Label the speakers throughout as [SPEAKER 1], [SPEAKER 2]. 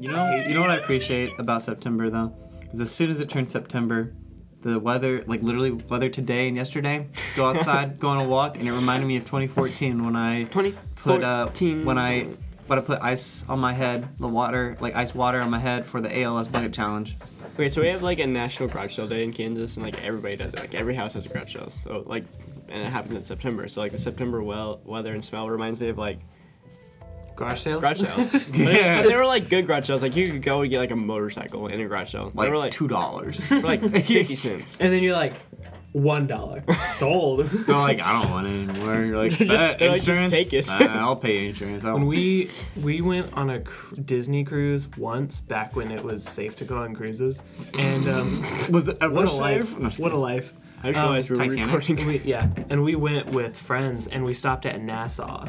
[SPEAKER 1] You know, you know what I appreciate about September though, is as soon as it turns September, the weather, like literally weather today and yesterday, go outside, go on a walk, and it reminded me of 2014 when I
[SPEAKER 2] 2014.
[SPEAKER 1] put uh, when I when I put ice on my head, the water like ice water on my head for the ALS bucket challenge.
[SPEAKER 2] Wait, so we have like a national garage sale day in Kansas, and like everybody does it. Like every house has a garage sale. So like, and it happens in September. So like the September well weather and smell reminds me of like
[SPEAKER 3] Garage sales.
[SPEAKER 2] garage sales. But-
[SPEAKER 1] Yeah.
[SPEAKER 2] but, they were like good garage sales. Like you could go and get like a motorcycle in a garage sale.
[SPEAKER 1] Like,
[SPEAKER 2] they were like
[SPEAKER 1] two dollars.
[SPEAKER 2] for, like fifty cents.
[SPEAKER 3] And then you're like, one dollar sold.
[SPEAKER 1] They're like, I don't want it anymore. You're like,
[SPEAKER 2] Just-
[SPEAKER 1] "Uh,
[SPEAKER 2] they're like, just
[SPEAKER 1] insurance.
[SPEAKER 2] take it."
[SPEAKER 1] Uh, I'll pay insurance. I
[SPEAKER 3] when
[SPEAKER 1] don't.
[SPEAKER 3] we we went on a cr- Disney cruise once back when it was safe to go on cruises, and um,
[SPEAKER 1] was it
[SPEAKER 3] what a life! What a life!
[SPEAKER 2] I just realized we were
[SPEAKER 1] Titanic.
[SPEAKER 2] recording.
[SPEAKER 3] We, yeah, and we went with friends, and we stopped at Nassau,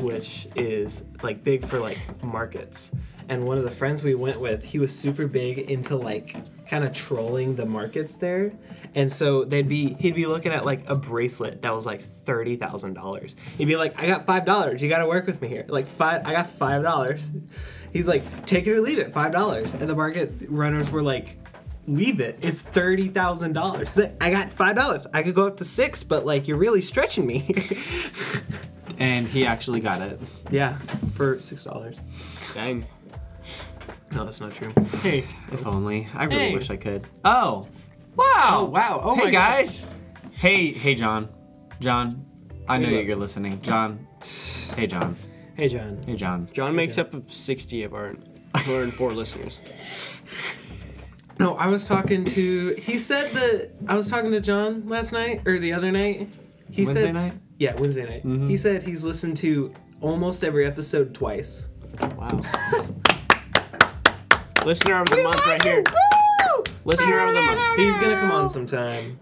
[SPEAKER 3] which is like big for like markets. And one of the friends we went with, he was super big into like kind of trolling the markets there. And so they'd be he'd be looking at like a bracelet that was like thirty thousand dollars. He'd be like, "I got five dollars. You got to work with me here. Like five. I got five dollars." He's like, "Take it or leave it. Five dollars." And the market runners were like, leave it. It's thirty thousand dollars. I got five dollars. I could go up to six, but like you're really stretching me.
[SPEAKER 1] And he actually got it.
[SPEAKER 3] yeah, for six dollars.
[SPEAKER 2] Dang.
[SPEAKER 3] No, that's not true. Hey,
[SPEAKER 1] If only. I really
[SPEAKER 3] Hey.
[SPEAKER 1] wish I could. Oh. Wow.
[SPEAKER 3] Oh, wow. Oh,
[SPEAKER 1] hey
[SPEAKER 3] my
[SPEAKER 1] guys. Hey, hey John. John. I know
[SPEAKER 2] Hey.
[SPEAKER 1] you're listening. John. Hey John.
[SPEAKER 3] hey, John.
[SPEAKER 1] Hey John.
[SPEAKER 2] John makes up of sixty of our 104 listeners.
[SPEAKER 3] No, I was talking to. He said that I was talking to John last night or the other night. He
[SPEAKER 1] Wednesday
[SPEAKER 3] said,
[SPEAKER 1] night? Mm-hmm.
[SPEAKER 3] Yeah, Wednesday night. He said he's listened to almost every episode twice.
[SPEAKER 2] Wow. Listener of the month right here. Listener of the month.
[SPEAKER 3] He's gonna come on sometime.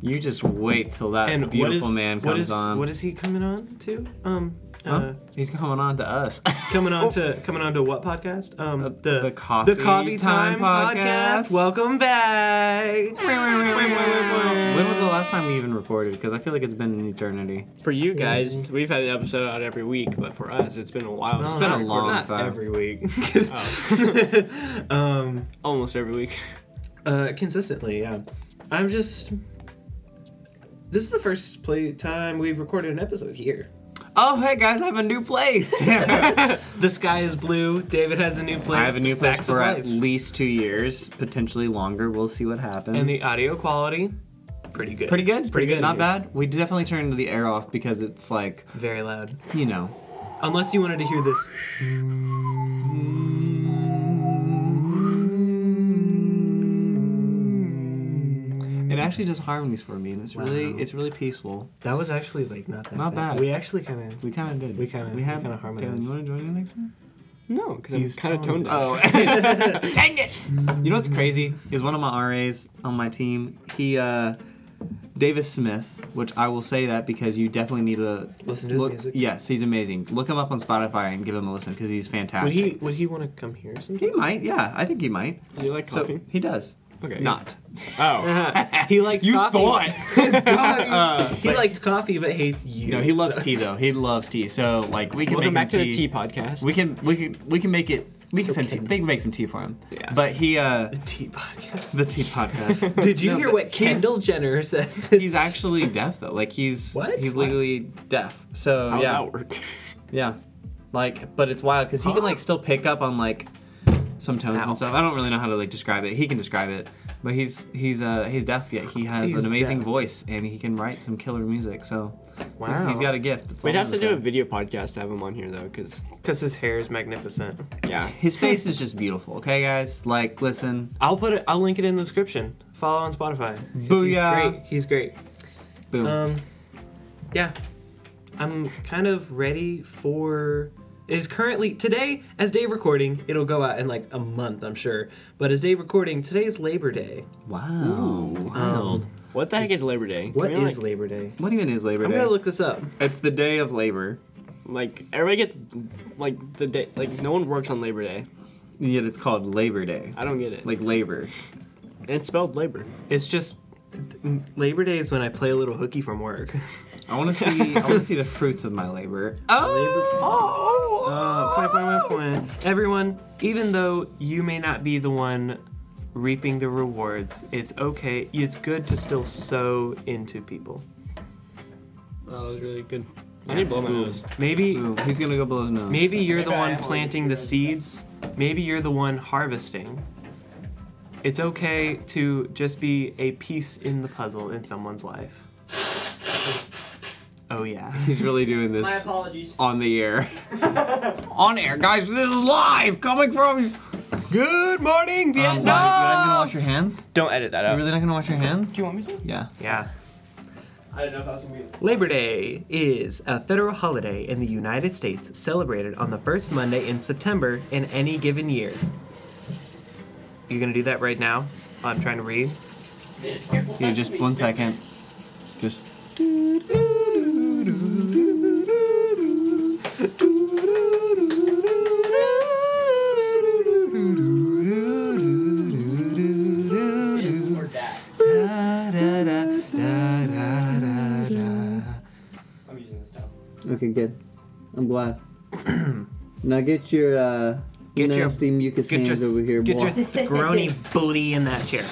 [SPEAKER 1] You just wait till that
[SPEAKER 3] And
[SPEAKER 1] beautiful
[SPEAKER 3] what is,
[SPEAKER 1] man comes
[SPEAKER 3] what is,
[SPEAKER 1] on.
[SPEAKER 3] What is he coming on to? Um.
[SPEAKER 1] Huh?
[SPEAKER 3] Uh,
[SPEAKER 1] He's coming on to us.
[SPEAKER 3] coming on to coming on to what podcast? Um, the
[SPEAKER 1] Oh. Uh, the Coffee Time Podcast.
[SPEAKER 3] Welcome back.
[SPEAKER 1] when was the last time we even recorded? Because I feel like it's been an eternity.
[SPEAKER 2] For you guys, we've had an episode out every week, but for us, it's been a while.
[SPEAKER 3] It's
[SPEAKER 2] It's
[SPEAKER 1] been
[SPEAKER 2] been
[SPEAKER 1] a long
[SPEAKER 3] not
[SPEAKER 1] time.
[SPEAKER 3] Every week.
[SPEAKER 1] Oh.
[SPEAKER 3] um,
[SPEAKER 2] almost every week.
[SPEAKER 3] uh, consistently, yeah. I'm just. This is the first play time we've recorded an episode here.
[SPEAKER 1] Oh, hey guys, I have a new place.
[SPEAKER 3] The sky is blue. David has a new place.
[SPEAKER 1] I have a new place
[SPEAKER 3] Facts of
[SPEAKER 1] for at
[SPEAKER 3] life.
[SPEAKER 1] least two years, potentially longer. We'll see what happens.
[SPEAKER 3] And the audio quality, pretty good.
[SPEAKER 1] pretty good,
[SPEAKER 3] Pretty good.
[SPEAKER 1] not bad. We definitely turned the air off because it's like
[SPEAKER 3] Very loud.
[SPEAKER 1] you know.
[SPEAKER 3] Unless you wanted to hear this.
[SPEAKER 1] It actually does harmonies for me, and it's really it's really peaceful.
[SPEAKER 3] That was actually like not that
[SPEAKER 1] Not bad.
[SPEAKER 3] We actually kind of
[SPEAKER 1] We kind of did.
[SPEAKER 3] We kinda- we
[SPEAKER 1] have
[SPEAKER 3] kinda
[SPEAKER 1] Dylan,
[SPEAKER 3] harmonized.
[SPEAKER 1] you want to join in next time?
[SPEAKER 2] No,
[SPEAKER 3] He's
[SPEAKER 2] because I'm kind of
[SPEAKER 3] toned
[SPEAKER 2] toned down.
[SPEAKER 1] Oh, dang it! You know what's crazy is one of my RAs on my team. He. uh Davis Smith, which I will say that because you definitely need to
[SPEAKER 3] Listen to his
[SPEAKER 1] look-
[SPEAKER 3] music.
[SPEAKER 1] Yes, he's amazing. Look him up on Spotify and give him a listen because he's
[SPEAKER 3] Would
[SPEAKER 1] fantastic.
[SPEAKER 3] he would he want to come here sometime?
[SPEAKER 1] He might, yeah. I think he might.
[SPEAKER 2] Do you like coffee?
[SPEAKER 1] So he does.
[SPEAKER 2] Okay.
[SPEAKER 1] Not.
[SPEAKER 2] oh.
[SPEAKER 3] he likes coffee.
[SPEAKER 1] God,
[SPEAKER 3] he likes coffee but hates you.
[SPEAKER 1] Uh, no, he loves
[SPEAKER 3] so-
[SPEAKER 1] tea though. He loves tea. So like we can
[SPEAKER 2] Welcome
[SPEAKER 1] make him
[SPEAKER 2] back to the
[SPEAKER 1] tea.
[SPEAKER 2] tea podcast.
[SPEAKER 1] We can we can we can make it. We can
[SPEAKER 3] It's
[SPEAKER 1] send
[SPEAKER 3] okay.
[SPEAKER 1] tea. We can make some tea for him.
[SPEAKER 2] Yeah.
[SPEAKER 1] But he uh
[SPEAKER 3] The tea podcast.
[SPEAKER 1] the tea podcast.
[SPEAKER 3] Did you
[SPEAKER 1] No,
[SPEAKER 3] hear
[SPEAKER 1] but
[SPEAKER 3] what Kendall Jenner said?
[SPEAKER 1] He's, he's actually deaf though. Like he's
[SPEAKER 3] What?
[SPEAKER 1] he's legally deaf. So
[SPEAKER 2] How'd
[SPEAKER 1] yeah.
[SPEAKER 2] that work?
[SPEAKER 1] Yeah. Like, but it's wild because he can like still pick up on like some tones
[SPEAKER 3] Ow.
[SPEAKER 1] and stuff. I don't really know how to like describe it. He can describe it, but he's he's uh he's deaf yet he has
[SPEAKER 3] He's
[SPEAKER 1] an amazing
[SPEAKER 3] deaf.
[SPEAKER 1] voice and he can write some killer music. So he's- he's got a gift. That's all
[SPEAKER 2] We'd
[SPEAKER 1] I'm
[SPEAKER 2] have to
[SPEAKER 1] gonna
[SPEAKER 2] do a
[SPEAKER 1] say.
[SPEAKER 2] video podcast to have him on here though, because
[SPEAKER 3] because his hair is magnificent.
[SPEAKER 2] yeah,
[SPEAKER 1] His face is just beautiful. Okay, guys, like listen,
[SPEAKER 3] I'll put it. I'll link it in the description. Follow on Spotify. 'Cause
[SPEAKER 1] Booyah.
[SPEAKER 3] He's great. He's great.
[SPEAKER 1] boom.
[SPEAKER 3] Um, yeah, I'm kind of ready for. Is currently today as Dave recording. It'll go out in like a month, I'm sure. But as Dave recording, today is Labor Day.
[SPEAKER 1] wow.
[SPEAKER 3] Um,
[SPEAKER 1] Wild.
[SPEAKER 2] what the heck is Labor Day? Can
[SPEAKER 3] What
[SPEAKER 2] we,
[SPEAKER 3] is
[SPEAKER 2] like,
[SPEAKER 3] Labor Day?
[SPEAKER 1] What even is Labor
[SPEAKER 3] I'm
[SPEAKER 1] Day?
[SPEAKER 3] gonna look this up.
[SPEAKER 1] it's the day of labor,
[SPEAKER 2] like everybody gets like the day like no one works on Labor Day.
[SPEAKER 1] yet it's called Labor Day.
[SPEAKER 2] I don't get it. Like
[SPEAKER 1] Like labor.
[SPEAKER 2] and it's spelled labor.
[SPEAKER 3] It's just Labor Day is when I play a little hooky from work.
[SPEAKER 1] I want to see. I want to see the fruits of my labor. Oh.
[SPEAKER 3] Uh, point, point, point, point. Everyone, even though you may not be the one reaping the rewards, it's okay. It's good to still sow into people.
[SPEAKER 2] That was really good. I need to blow my nose.
[SPEAKER 3] Maybe,
[SPEAKER 1] Ooh, he's gonna go blow his nose.
[SPEAKER 3] maybe you're the
[SPEAKER 2] Maybe I
[SPEAKER 3] one
[SPEAKER 2] am
[SPEAKER 3] planting the seeds. Maybe you're the one harvesting. It's okay to just be a piece in the puzzle in someone's life. Oh yeah.
[SPEAKER 1] he's really doing
[SPEAKER 4] My
[SPEAKER 1] this
[SPEAKER 4] apologies.
[SPEAKER 1] on the air. on air, guys. This is live, coming from.
[SPEAKER 3] Good morning,
[SPEAKER 1] Um, you're not gonna wash your hands.
[SPEAKER 3] Don't edit that out.
[SPEAKER 1] You're really not gonna wash your hands?
[SPEAKER 2] you want me to?
[SPEAKER 1] Yeah.
[SPEAKER 3] Yeah.
[SPEAKER 2] I didn't know if that was gonna be.
[SPEAKER 3] Labor Day is a federal holiday in the United States celebrated on the first Monday in September in any given year. You're gonna do that right now? I'm trying to read.
[SPEAKER 1] Here, just one second. Just.
[SPEAKER 4] This or that.
[SPEAKER 2] I'm using this towel.
[SPEAKER 1] Okay, good. I'm glad. now get your uh,
[SPEAKER 3] Get your-
[SPEAKER 1] nasty mucus
[SPEAKER 3] Get your,
[SPEAKER 1] hands over here,
[SPEAKER 3] get
[SPEAKER 1] boy.
[SPEAKER 3] your throny booty in that chair.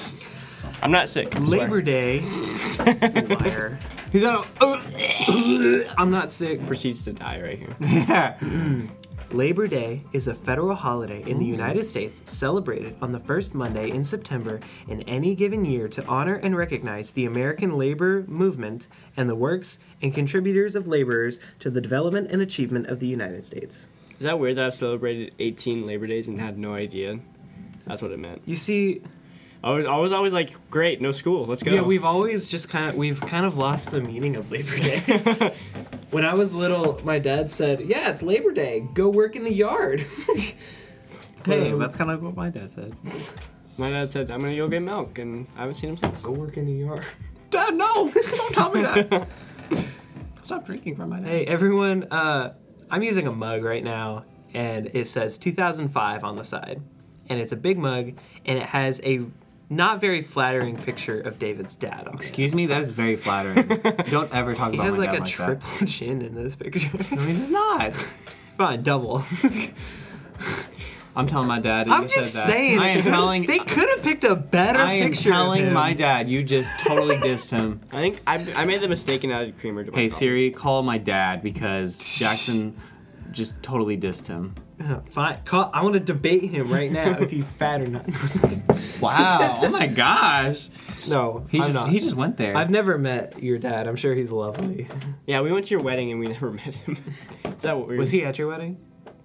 [SPEAKER 2] I'm not sick. I swear.
[SPEAKER 3] Labor Day, liar.
[SPEAKER 1] He's out. Oh!
[SPEAKER 3] I'm not sick.
[SPEAKER 2] proceeds to die right here.
[SPEAKER 1] yeah.
[SPEAKER 3] Labor Day is a federal holiday in the United States celebrated on the first Monday in September in any given year to honor and recognize the American labor movement and the works and contributors of laborers to the development and achievement of the United States.
[SPEAKER 2] Is that weird that I've celebrated 18 Labor Days and had no idea? That's what it meant.
[SPEAKER 3] You see,
[SPEAKER 2] I was, I was always like, great, no school, let's go.
[SPEAKER 3] yeah, we've always just kind of we've kind of lost the meaning of Labor Day. when I was little, my dad said, "Yeah, it's Labor Day. Go work in the yard."
[SPEAKER 1] Hey,
[SPEAKER 3] Um,
[SPEAKER 1] that's kind of like what my dad said.
[SPEAKER 2] My dad said, I'm gonna go get milk, and I haven't seen him since.
[SPEAKER 3] go work in the yard.
[SPEAKER 1] Dad, no! Don't tell me that. Stop drinking from my dad.
[SPEAKER 3] Hey everyone, uh, I'm using a mug right now, and it says 2005 on the side, and it's a big mug, and it has a not very flattering picture of David's dad on it.
[SPEAKER 1] Excuse me, that is very flattering. Don't ever talk
[SPEAKER 3] He
[SPEAKER 1] about
[SPEAKER 3] has
[SPEAKER 1] my
[SPEAKER 3] like
[SPEAKER 1] dad
[SPEAKER 3] a
[SPEAKER 1] like
[SPEAKER 3] triple chin in this picture.
[SPEAKER 1] that. No, he does not.
[SPEAKER 3] Fine, double.
[SPEAKER 1] I'm telling my dad. That
[SPEAKER 3] I'm
[SPEAKER 1] you
[SPEAKER 3] just
[SPEAKER 1] said that.
[SPEAKER 3] saying.
[SPEAKER 1] I am telling.
[SPEAKER 3] They could have picked a better
[SPEAKER 1] I am
[SPEAKER 3] picture. of
[SPEAKER 1] telling
[SPEAKER 3] him.
[SPEAKER 1] my dad. You just totally dissed him.
[SPEAKER 2] I think I, I made the mistake and added creamer to my
[SPEAKER 1] Hey
[SPEAKER 2] coffee.
[SPEAKER 1] Siri, call my dad because Jackson just totally dissed him.
[SPEAKER 3] Uh, Fine. Call, I want to debate him right now if he's fat or not.
[SPEAKER 1] Wow. oh my gosh.
[SPEAKER 3] no,
[SPEAKER 1] He
[SPEAKER 3] he's
[SPEAKER 1] just
[SPEAKER 3] not.
[SPEAKER 1] he just went there.
[SPEAKER 3] I've never met your dad. I'm sure he's lovely.
[SPEAKER 2] Yeah, we went to your wedding and we never met him. Is that what we
[SPEAKER 3] Was he at your wedding?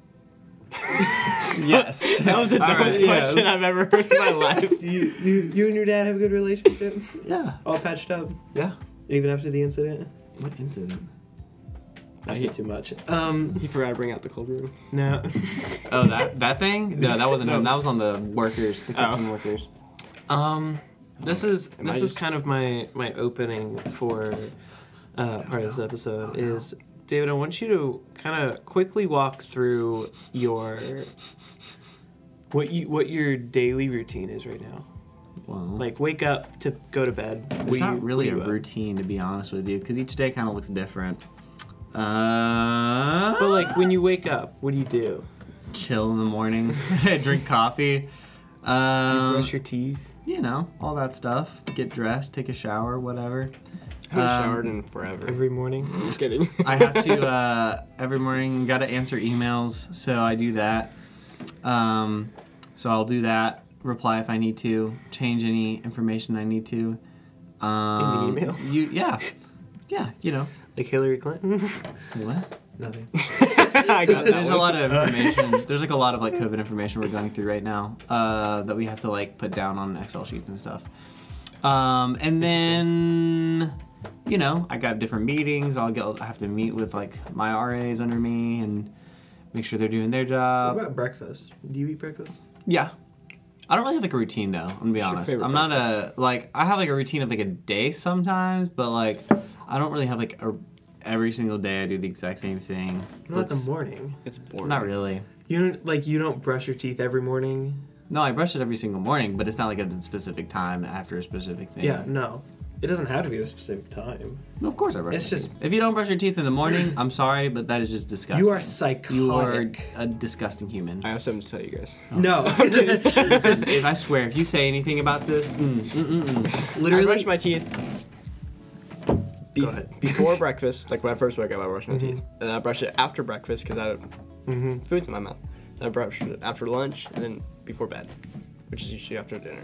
[SPEAKER 1] yes.
[SPEAKER 2] That was the
[SPEAKER 1] All
[SPEAKER 2] dumbest
[SPEAKER 1] right,
[SPEAKER 2] question
[SPEAKER 1] yes.
[SPEAKER 2] I've ever heard in my life.
[SPEAKER 3] You, you, you and your dad have a good relationship?
[SPEAKER 1] Yeah.
[SPEAKER 3] All patched up,
[SPEAKER 1] Yeah.
[SPEAKER 3] even after the incident?
[SPEAKER 1] What incident?
[SPEAKER 3] I
[SPEAKER 2] he-
[SPEAKER 3] said too much. Um,
[SPEAKER 2] He forgot to bring out the cold room.
[SPEAKER 3] no.
[SPEAKER 1] Oh, that that thing? No, that wasn't him. That was on the workers, the
[SPEAKER 2] Oh.
[SPEAKER 1] kitchen workers.
[SPEAKER 3] Um, this is
[SPEAKER 2] Am I
[SPEAKER 3] this is
[SPEAKER 2] just-
[SPEAKER 3] kind of my my opening for uh, part of this episode is David. I want you to kind of quickly walk through your what you what your daily routine is right now.
[SPEAKER 1] Well,
[SPEAKER 3] Like wake up to go to bed.
[SPEAKER 1] there's
[SPEAKER 3] Were you-
[SPEAKER 1] not really
[SPEAKER 3] were
[SPEAKER 1] a
[SPEAKER 3] you up?
[SPEAKER 1] routine to be honest with you, because each day kind of looks different. Uh,
[SPEAKER 3] But like when you wake up, what do you do?
[SPEAKER 1] chill in the morning, drink coffee.
[SPEAKER 3] Do you
[SPEAKER 1] Um,
[SPEAKER 3] brush your teeth.
[SPEAKER 1] you know, all that stuff. Get dressed, take a shower, whatever.
[SPEAKER 2] I haven't
[SPEAKER 1] Um,
[SPEAKER 2] showered in forever.
[SPEAKER 3] Every morning,
[SPEAKER 2] Just kidding.
[SPEAKER 1] I have to uh, every morning. Got to answer emails, so I do that. Um, so I'll do that. Reply if I need to. Change any information I need to. Um,
[SPEAKER 3] email?
[SPEAKER 1] You yeah, yeah. You know
[SPEAKER 3] like Hillary Clinton.
[SPEAKER 1] what?
[SPEAKER 3] Nothing.
[SPEAKER 2] I got that
[SPEAKER 1] Uh, There's
[SPEAKER 2] one.
[SPEAKER 1] a lot of information. There's like a lot of like COVID information we're going through right now uh, that we have to like put down on Excel sheets and stuff. Um, and then you know I got different meetings. I'll get I have to meet with like my RAs under me and make sure they're doing their
[SPEAKER 3] What
[SPEAKER 1] job.
[SPEAKER 3] about breakfast? Do you eat breakfast?
[SPEAKER 1] Yeah. I don't really have like a routine though, I'm gonna be
[SPEAKER 2] What's your
[SPEAKER 1] honest.
[SPEAKER 2] favorite
[SPEAKER 1] I'm not a like I have like a routine of like a day sometimes, but like I don't really have like a every single day I do the exact same thing.
[SPEAKER 3] Not the
[SPEAKER 1] That's-
[SPEAKER 3] morning.
[SPEAKER 2] It's boring.
[SPEAKER 1] Not really.
[SPEAKER 3] You don't like you don't brush your teeth every morning.
[SPEAKER 1] No, I brush it every single morning, but it's not like at a specific time after a specific thing.
[SPEAKER 3] Yeah, no. It doesn't have to be at a specific time.
[SPEAKER 1] No, of course I brush.
[SPEAKER 3] It's
[SPEAKER 1] my
[SPEAKER 3] just-
[SPEAKER 1] teeth. if you don't brush your teeth in the morning, I'm sorry, but that is just disgusting.
[SPEAKER 3] You are oh. psychotic.
[SPEAKER 1] you are a disgusting human.
[SPEAKER 2] I have something to tell you guys.
[SPEAKER 3] no.
[SPEAKER 1] Listen, if I swear, if you say anything about this, mm, mm, mm, mm.
[SPEAKER 2] I
[SPEAKER 3] Literally,
[SPEAKER 2] brush my teeth. be-
[SPEAKER 3] Go ahead. Mm-hmm.
[SPEAKER 2] before breakfast, like when I first wake up, I brush my teeth, and then I brush it after breakfast because I don't food's in my mouth. Then I brush it after lunch, and then before bed, which is usually after dinner.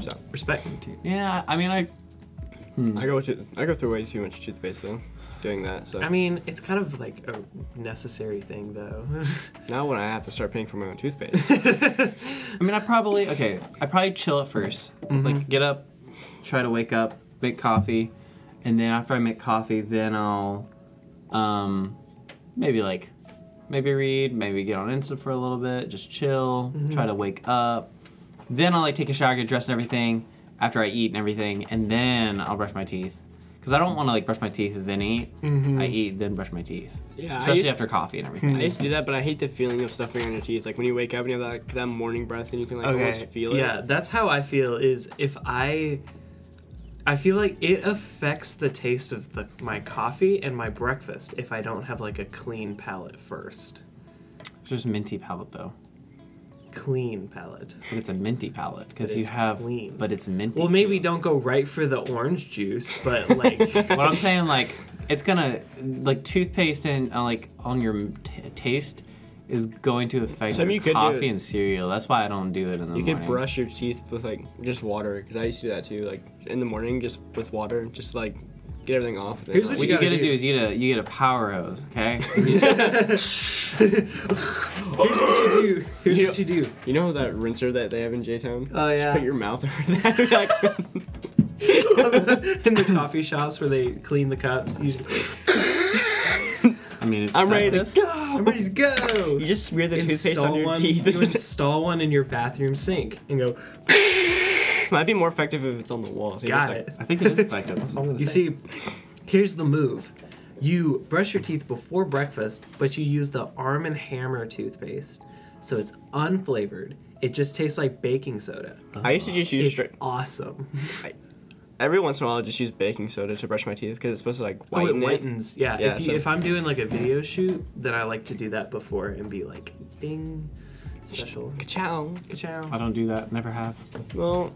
[SPEAKER 2] So
[SPEAKER 3] respect.
[SPEAKER 1] yeah, I mean, I
[SPEAKER 3] Hmm.
[SPEAKER 2] I go to I go through way too much toothpaste though, doing that. So
[SPEAKER 3] I mean, it's kind of like a necessary thing, though.
[SPEAKER 2] now when I have to start paying for my own toothpaste,
[SPEAKER 1] I mean, I probably okay. I probably chill at 1st Like get up, try to wake up, make coffee, and then after I make coffee, then I'll, um, maybe like, maybe read, maybe get on Insta for a little bit, just chill, try to wake up. Then I'll like take a shower, get dressed and everything. After I eat and everything, and then I'll brush my teeth. Cause I don't want to like brush my teeth and then eat. I eat then brush my teeth.
[SPEAKER 2] Yeah, I
[SPEAKER 1] especially
[SPEAKER 2] used-
[SPEAKER 1] after coffee and everything.
[SPEAKER 2] I used to do that, but I hate the feeling of stuffing on your teeth. Like when you wake up and you have that, that morning breath, and you can like almost feel it.
[SPEAKER 3] Yeah, that's how I feel. Is if I, I feel like it affects the taste of the, my coffee and my breakfast if I don't have like a clean palate first.
[SPEAKER 1] It's just minty palate though.
[SPEAKER 3] Clean palate.
[SPEAKER 1] But it's a minty palette because
[SPEAKER 3] But
[SPEAKER 1] you
[SPEAKER 3] it's
[SPEAKER 1] have.
[SPEAKER 3] clean.
[SPEAKER 1] But it's minty.
[SPEAKER 3] Well, maybe
[SPEAKER 1] too.
[SPEAKER 3] don't go right for the orange juice, but like,
[SPEAKER 1] What I'm saying, like, it's gonna like toothpaste and uh, like on your t- taste is going to affect
[SPEAKER 2] Something
[SPEAKER 1] your
[SPEAKER 2] you could do-
[SPEAKER 1] coffee and cereal. That's why I don't do it in the
[SPEAKER 2] You
[SPEAKER 1] morning.
[SPEAKER 2] could brush your teeth with like just water, because I used to do that too. Like in the morning, just with water, just like get everything off. and then,
[SPEAKER 3] Here's what
[SPEAKER 2] like,
[SPEAKER 1] What you
[SPEAKER 3] gotta
[SPEAKER 1] gotta do.
[SPEAKER 3] do.
[SPEAKER 1] is you get a you get a power hose, okay?
[SPEAKER 3] here's what you do. Here's
[SPEAKER 2] You-
[SPEAKER 3] what you do.
[SPEAKER 2] You know that rinser that they have in J Town?
[SPEAKER 3] Oh, yeah.
[SPEAKER 2] Just put your mouth over that. like,
[SPEAKER 3] in the coffee shops where they clean the cups. You,
[SPEAKER 1] I mean, it's
[SPEAKER 2] I'm ready to
[SPEAKER 1] effective.
[SPEAKER 3] I'm
[SPEAKER 2] go.
[SPEAKER 3] ready to go.
[SPEAKER 2] You just smear the toothpaste on your
[SPEAKER 3] one,
[SPEAKER 2] teeth.
[SPEAKER 3] You install one in your bathroom sink and go.
[SPEAKER 2] Might be more effective if it's on the wall. So you're
[SPEAKER 3] Got
[SPEAKER 2] just,
[SPEAKER 3] it.
[SPEAKER 2] like,
[SPEAKER 1] I think it is effective. That's all I'm gonna
[SPEAKER 3] You
[SPEAKER 1] say.
[SPEAKER 3] see, here's the move. You brush your teeth before breakfast, but you use the Arm and Hammer toothpaste, so it's unflavored. It just tastes like baking soda.
[SPEAKER 2] I used to just use
[SPEAKER 3] It's
[SPEAKER 2] straight.
[SPEAKER 3] awesome.
[SPEAKER 2] Every once in a while, I just use baking soda to brush my teeth because it's supposed to like
[SPEAKER 3] Oh, it
[SPEAKER 2] whiten it.
[SPEAKER 3] whitens. Yeah.
[SPEAKER 2] Yeah,
[SPEAKER 3] if, you,
[SPEAKER 2] so-
[SPEAKER 3] if I'm doing like a video shoot, then I like to do that before and be like, ding, special.
[SPEAKER 2] Ciao.
[SPEAKER 3] Ka-chow.
[SPEAKER 1] I don't do that. Never have.
[SPEAKER 2] Well,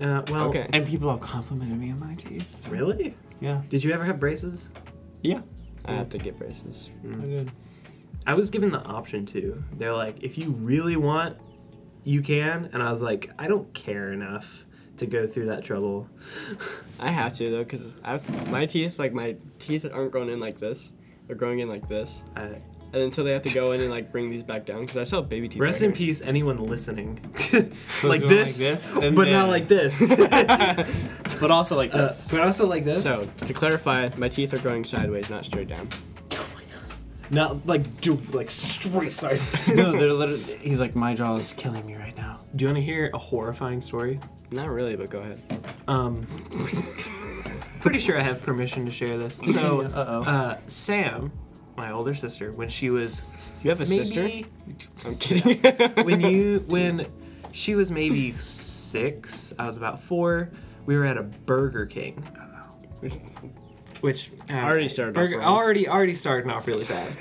[SPEAKER 3] Uh, well,
[SPEAKER 2] Okay.
[SPEAKER 1] And people have complimented me on my teeth. so-
[SPEAKER 3] really?
[SPEAKER 1] Yeah.
[SPEAKER 3] Did you ever have braces?
[SPEAKER 1] Yeah.
[SPEAKER 2] I have to get braces.
[SPEAKER 1] I did.
[SPEAKER 3] I was given the option to. They're like, if you really want, you can. And I was like, I don't care enough to go through that trouble.
[SPEAKER 2] I have to though, cause I've, my teeth, like my teeth aren't growing in like this. They're growing in like this,
[SPEAKER 3] Uh,
[SPEAKER 2] and then so they have to go in and like bring these back down, cause I still have baby teeth.
[SPEAKER 3] rest
[SPEAKER 2] right
[SPEAKER 3] in peace, anyone listening.
[SPEAKER 1] going like
[SPEAKER 3] like, this,
[SPEAKER 1] this, and
[SPEAKER 3] but
[SPEAKER 1] then-
[SPEAKER 3] not like this.
[SPEAKER 2] here.
[SPEAKER 1] But also like
[SPEAKER 3] Uh,
[SPEAKER 1] this.
[SPEAKER 3] but also like this.
[SPEAKER 2] so to clarify, my teeth are growing sideways, not straight down.
[SPEAKER 3] not like do like straight side.
[SPEAKER 1] no, they're literally. He's like, my jaw is killing me right now.
[SPEAKER 3] Do you want to hear a horrifying story?
[SPEAKER 2] Not really, but go ahead.
[SPEAKER 3] Um, pretty sure I have permission to share this. So,
[SPEAKER 1] Continue. Uh-oh.
[SPEAKER 3] uh, Sam, my older sister, when she was
[SPEAKER 2] You have a
[SPEAKER 3] maybe
[SPEAKER 2] sister? I'm kidding.
[SPEAKER 3] when you when she was maybe six, I was about four. We were at a Burger King, which uh,
[SPEAKER 2] Already started off
[SPEAKER 3] Burger,
[SPEAKER 2] wrong.
[SPEAKER 3] already already starting off really bad.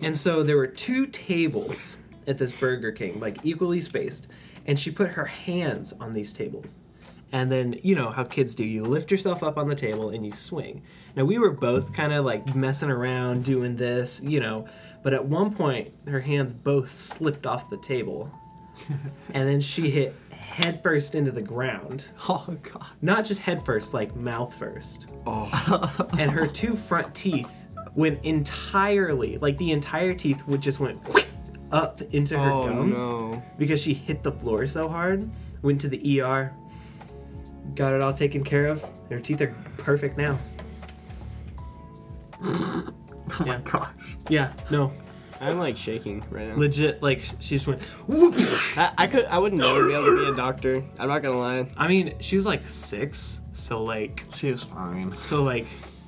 [SPEAKER 3] and so there were two tables at this Burger King, like equally spaced, and she put her hands on these tables. And then you know how kids do. You lift yourself up on the table and you swing. Now we were both kind of like messing around doing this, you know, but at one point her hands both slipped off the table. and then she hit headfirst into the ground.
[SPEAKER 1] Oh god.
[SPEAKER 3] Not just head first, like mouth first.
[SPEAKER 2] oh,
[SPEAKER 3] And her two front teeth went entirely, like the entire teeth would just went up into her
[SPEAKER 2] oh
[SPEAKER 3] gums
[SPEAKER 2] no.
[SPEAKER 3] because she hit the floor so hard. Went to the ER, got it all taken care of. Her teeth are perfect now.
[SPEAKER 1] Oh my gosh.
[SPEAKER 3] Yeah, no,
[SPEAKER 2] I'm like shaking right now.
[SPEAKER 3] legit. Like she just went. Whoop.
[SPEAKER 2] I, I could. I would never be able to be a doctor. I'm not gonna lie.
[SPEAKER 3] I mean, she's like six, so like,
[SPEAKER 1] She was fine.
[SPEAKER 3] so like,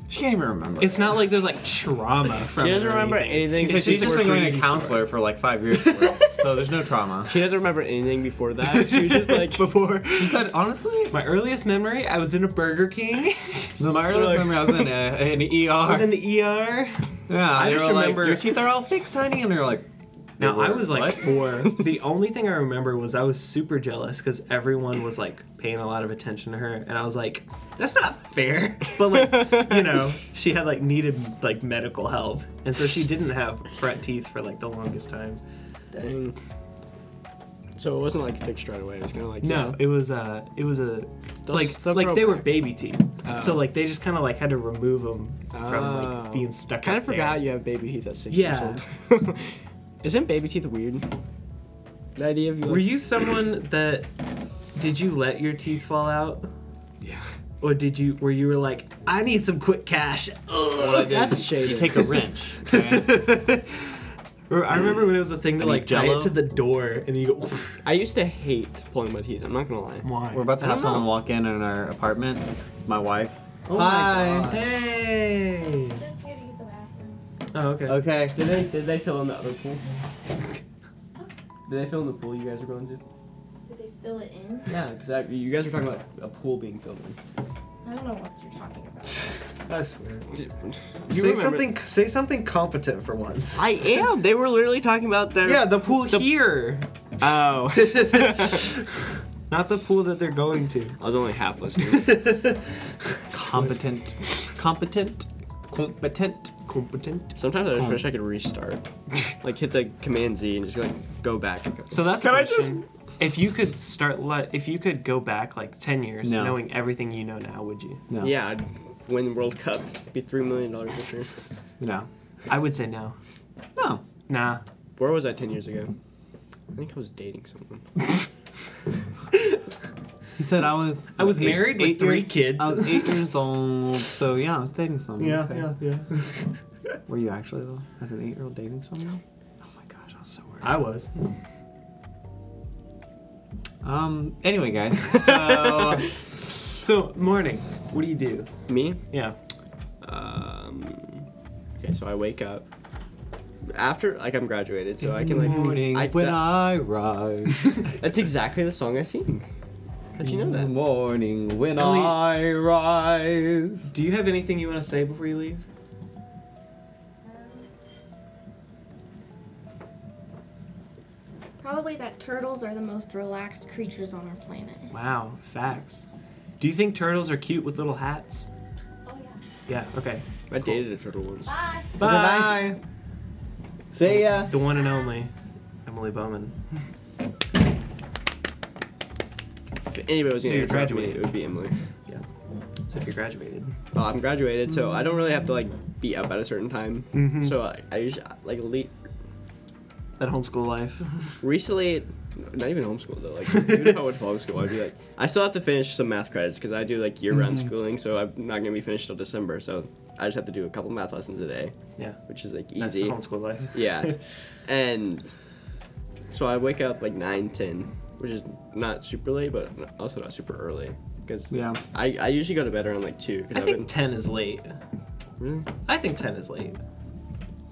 [SPEAKER 1] She can't even remember.
[SPEAKER 3] It's not like there's like trauma from
[SPEAKER 2] She doesn't
[SPEAKER 3] it or
[SPEAKER 2] remember
[SPEAKER 3] anything.
[SPEAKER 2] anything.
[SPEAKER 1] She's,
[SPEAKER 2] It's
[SPEAKER 1] like, she's just
[SPEAKER 2] just a
[SPEAKER 1] been going to
[SPEAKER 2] crazy
[SPEAKER 1] counselor for like five years, so there's no trauma.
[SPEAKER 2] She doesn't remember anything before that. She was just like
[SPEAKER 1] Before she said, honestly,
[SPEAKER 3] My earliest memory, I was in a Burger King.
[SPEAKER 1] no, my earliest
[SPEAKER 2] like-
[SPEAKER 1] memory I was in a, an ER.
[SPEAKER 3] I was in the ER.
[SPEAKER 1] yeah,
[SPEAKER 3] I
[SPEAKER 1] they
[SPEAKER 3] just
[SPEAKER 1] were like,
[SPEAKER 3] remember-
[SPEAKER 1] your teeth are all fixed, honey, and they're like,
[SPEAKER 3] Now I
[SPEAKER 1] Word.
[SPEAKER 3] was like
[SPEAKER 1] What?
[SPEAKER 3] four. The only thing I remember was I was super jealous because everyone was like paying a lot of attention to her, and I was like, "That's not fair." But like, you know, she had like needed like medical help, and so she didn't have front teeth for like the longest time.
[SPEAKER 2] Dang. So it wasn't like fixed right away. It was kind of like
[SPEAKER 3] No, it was uh, it was a
[SPEAKER 2] They'll-
[SPEAKER 3] like
[SPEAKER 2] they'll
[SPEAKER 3] like
[SPEAKER 2] grow
[SPEAKER 3] they were
[SPEAKER 2] back.
[SPEAKER 3] baby teeth, so like they just kind of like had to remove them from
[SPEAKER 2] Oh.
[SPEAKER 3] like being stuck.
[SPEAKER 2] Kind of
[SPEAKER 3] up there.
[SPEAKER 2] forgot you have baby teeth at six
[SPEAKER 3] Yeah.
[SPEAKER 2] years old. Isn't baby teeth weird? The idea of you.
[SPEAKER 3] Were you someone that did you let your teeth fall out?
[SPEAKER 2] Yeah.
[SPEAKER 3] Or did you where you were like, I need some quick cash. Ugh.
[SPEAKER 2] That's shady.
[SPEAKER 1] you take a wrench. Okay?
[SPEAKER 3] Or I remember when it was a thing to
[SPEAKER 1] need
[SPEAKER 3] like tie
[SPEAKER 1] Jell-O.
[SPEAKER 3] it to the door and then you go
[SPEAKER 2] I used to hate pulling my teeth. I'm not gonna lie.
[SPEAKER 3] Why?
[SPEAKER 1] We're about to have
[SPEAKER 2] I don't
[SPEAKER 1] someone walk in in our apartment. It's my wife.
[SPEAKER 3] oh
[SPEAKER 1] Hi.
[SPEAKER 3] My God. Hey.
[SPEAKER 5] Just here to use the bathroom.
[SPEAKER 3] Oh okay.
[SPEAKER 1] Okay.
[SPEAKER 2] Did they did they fill in the other pool? Did they fill in the pool you guys were going to?
[SPEAKER 5] Did they fill it in?
[SPEAKER 2] Yeah, because you guys were talking about a pool being filled in.
[SPEAKER 5] I don't know what you're talking about.
[SPEAKER 3] I swear.
[SPEAKER 2] You
[SPEAKER 3] say
[SPEAKER 2] remember-
[SPEAKER 3] something say something competent for once.
[SPEAKER 2] I am. They were literally talking about their.
[SPEAKER 3] yeah, the pool here.
[SPEAKER 2] Oh.
[SPEAKER 3] Not the pool that they're going to.
[SPEAKER 2] I was only half listening.
[SPEAKER 1] Competent. Competent. Competent.
[SPEAKER 3] Competent.
[SPEAKER 2] Sometimes I just wish I could restart, like hit the Command Z and just like go back. And go.
[SPEAKER 3] So that's
[SPEAKER 1] Can
[SPEAKER 3] the
[SPEAKER 1] I just-
[SPEAKER 3] question. if you could start let if you could go back like ten years
[SPEAKER 1] No.
[SPEAKER 3] knowing everything you know now, would you?
[SPEAKER 1] No.
[SPEAKER 2] yeah, I'd win the World Cup, be three million dollars this year.
[SPEAKER 1] No.
[SPEAKER 3] I would say no.
[SPEAKER 1] No.
[SPEAKER 3] Nah.
[SPEAKER 2] Where was I ten years ago? I think I was dating someone.
[SPEAKER 1] He said I was. uh,
[SPEAKER 3] I was married with three
[SPEAKER 1] years-
[SPEAKER 3] kids.
[SPEAKER 1] I was eight years old, so yeah, I was dating someone. okay.
[SPEAKER 3] yeah.
[SPEAKER 1] Were you actually though? As an eight-year-old dating someone? Oh my gosh, I was so worried.
[SPEAKER 3] I was.
[SPEAKER 1] Um. Anyway, guys. So
[SPEAKER 3] So mornings, what do you do?
[SPEAKER 2] Me?
[SPEAKER 3] Yeah.
[SPEAKER 2] Um, okay, so I wake up after like I'm graduated, so I can like.
[SPEAKER 1] morning
[SPEAKER 2] I,
[SPEAKER 1] when
[SPEAKER 2] that-
[SPEAKER 1] I rise.
[SPEAKER 2] That's exactly the song I sing. How'd you know that?
[SPEAKER 1] Morning when
[SPEAKER 3] Emily-
[SPEAKER 1] I rise.
[SPEAKER 3] Do you have anything you want to say before you leave?
[SPEAKER 5] Probably that turtles are the most relaxed creatures on our planet.
[SPEAKER 3] Wow, facts. Do you think turtles are cute with little hats?
[SPEAKER 5] Oh yeah.
[SPEAKER 3] Yeah. Okay.
[SPEAKER 2] I dated a turtle once.
[SPEAKER 5] Bye.
[SPEAKER 1] Bye.
[SPEAKER 2] See ya.
[SPEAKER 3] The one and only Emily Bowman.
[SPEAKER 2] If anybody was
[SPEAKER 3] So
[SPEAKER 2] gonna
[SPEAKER 3] you're
[SPEAKER 2] interrupt me,
[SPEAKER 3] graduated.
[SPEAKER 2] it would be Emily.
[SPEAKER 3] So if you graduated.
[SPEAKER 2] Well, uh, I'm graduated, so I don't really have to like be up at a certain time.
[SPEAKER 3] Mhm.
[SPEAKER 2] So I, I usually like le-
[SPEAKER 3] That homeschool life.
[SPEAKER 2] recently, not even homeschool though. Like even if I went to public school, I'd be like, I still have to finish some math credits because I do like year-round
[SPEAKER 3] Mm-hmm.
[SPEAKER 2] schooling, so I'm not gonna be finished till December. So I just have to do a couple math lessons a day,
[SPEAKER 3] Yeah.
[SPEAKER 2] which is like
[SPEAKER 3] That's the
[SPEAKER 2] easy.
[SPEAKER 3] homeschool life.
[SPEAKER 2] Yeah. and so I wake up like 9, 10, which is not super late, but also not super early. Because
[SPEAKER 1] Yeah.
[SPEAKER 2] I, I usually go to bed around like 2. Cause
[SPEAKER 3] I
[SPEAKER 2] I've
[SPEAKER 3] think ten is late.
[SPEAKER 2] been, really?
[SPEAKER 3] I think ten is late.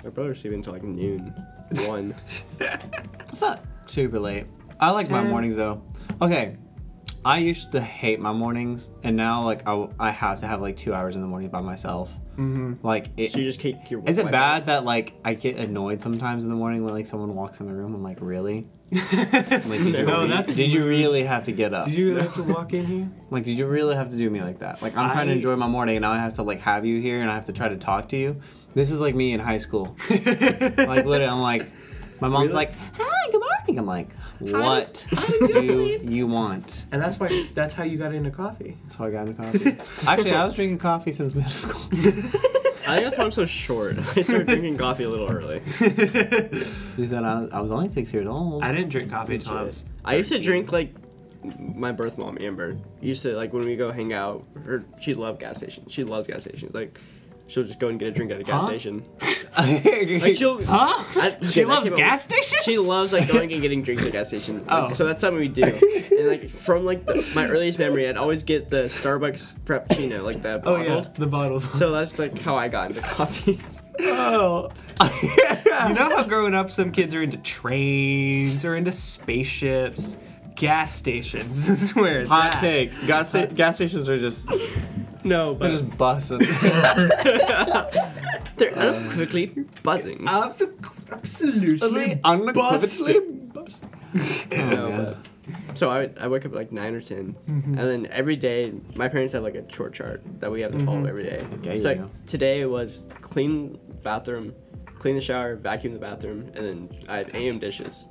[SPEAKER 2] My brother's sleeping until like noon. 1.
[SPEAKER 1] It's not super late. I like my
[SPEAKER 3] Ten.
[SPEAKER 1] mornings though. Okay. I used to hate my mornings, and now like I, w- I have to have like two hours in the morning by myself. Mm-hmm. Like it,
[SPEAKER 2] So you just kick your
[SPEAKER 1] is it
[SPEAKER 2] wife
[SPEAKER 1] bad that like I get annoyed sometimes in the morning when like someone walks in the room? I'm like, really? I'm like, did you,
[SPEAKER 3] No,
[SPEAKER 1] re-
[SPEAKER 3] that's-
[SPEAKER 1] did you really have to get up?
[SPEAKER 3] Did you have to walk in here?
[SPEAKER 1] Like, did you really have to do me like that? Like, I'm trying to
[SPEAKER 3] I-
[SPEAKER 1] enjoy my morning, and now I have to like have you here, and I have to try to talk to you. This is like me in high school. like, literally, I'm like, my mom's
[SPEAKER 3] Really?
[SPEAKER 1] like, "Hi, good morning." I'm like, "What do you want?"
[SPEAKER 3] And that's why that's how you got into coffee.
[SPEAKER 1] So I got into coffee. Actually, I was drinking coffee since middle school.
[SPEAKER 2] out? I think that's why I'm so short. I started drinking coffee a little early.
[SPEAKER 1] He said I was, I was only six years old.
[SPEAKER 3] I didn't drink coffee until I was.
[SPEAKER 2] I used to
[SPEAKER 3] 13.
[SPEAKER 2] drink like my birth mom Amber used to like when we go hang out. Her she loved gas stations. She loves gas stations. Like She'll just go and get a drink at a gas
[SPEAKER 1] Huh?
[SPEAKER 2] station. Like
[SPEAKER 1] like,
[SPEAKER 2] she'll,
[SPEAKER 1] huh?
[SPEAKER 2] I-
[SPEAKER 1] she
[SPEAKER 2] yeah, that
[SPEAKER 1] loves
[SPEAKER 2] came up
[SPEAKER 1] gas stations.
[SPEAKER 2] She loves like going and getting drinks at gas stations. Like,
[SPEAKER 1] Oh.
[SPEAKER 2] so that's something we do. And like from like the, my earliest memory, I'd always get the Starbucks frappuccino, like the
[SPEAKER 1] Oh
[SPEAKER 2] bottled.
[SPEAKER 1] yeah, the bottled.
[SPEAKER 2] So that's like how I got into coffee.
[SPEAKER 1] Oh. you know how growing up some kids are into trains or into spaceships, gas stations. this is where it's
[SPEAKER 6] Hot
[SPEAKER 1] at.
[SPEAKER 6] take. Gas, sta- gas stations are just
[SPEAKER 2] No,
[SPEAKER 6] they're
[SPEAKER 2] but
[SPEAKER 6] just busting.
[SPEAKER 2] they're unequivocally
[SPEAKER 1] um,
[SPEAKER 2] buzzing.
[SPEAKER 1] Absolutely.
[SPEAKER 6] Unequivocally busting.
[SPEAKER 2] No, but- so I, would- I wake up at like nine or 10 and then every day my parents have like a chore chart that we have to follow every day.
[SPEAKER 1] Okay,
[SPEAKER 2] so
[SPEAKER 1] yeah,
[SPEAKER 2] like,
[SPEAKER 1] yeah.
[SPEAKER 2] today was clean bathroom, clean the shower, vacuum the bathroom, and then I have AM dishes.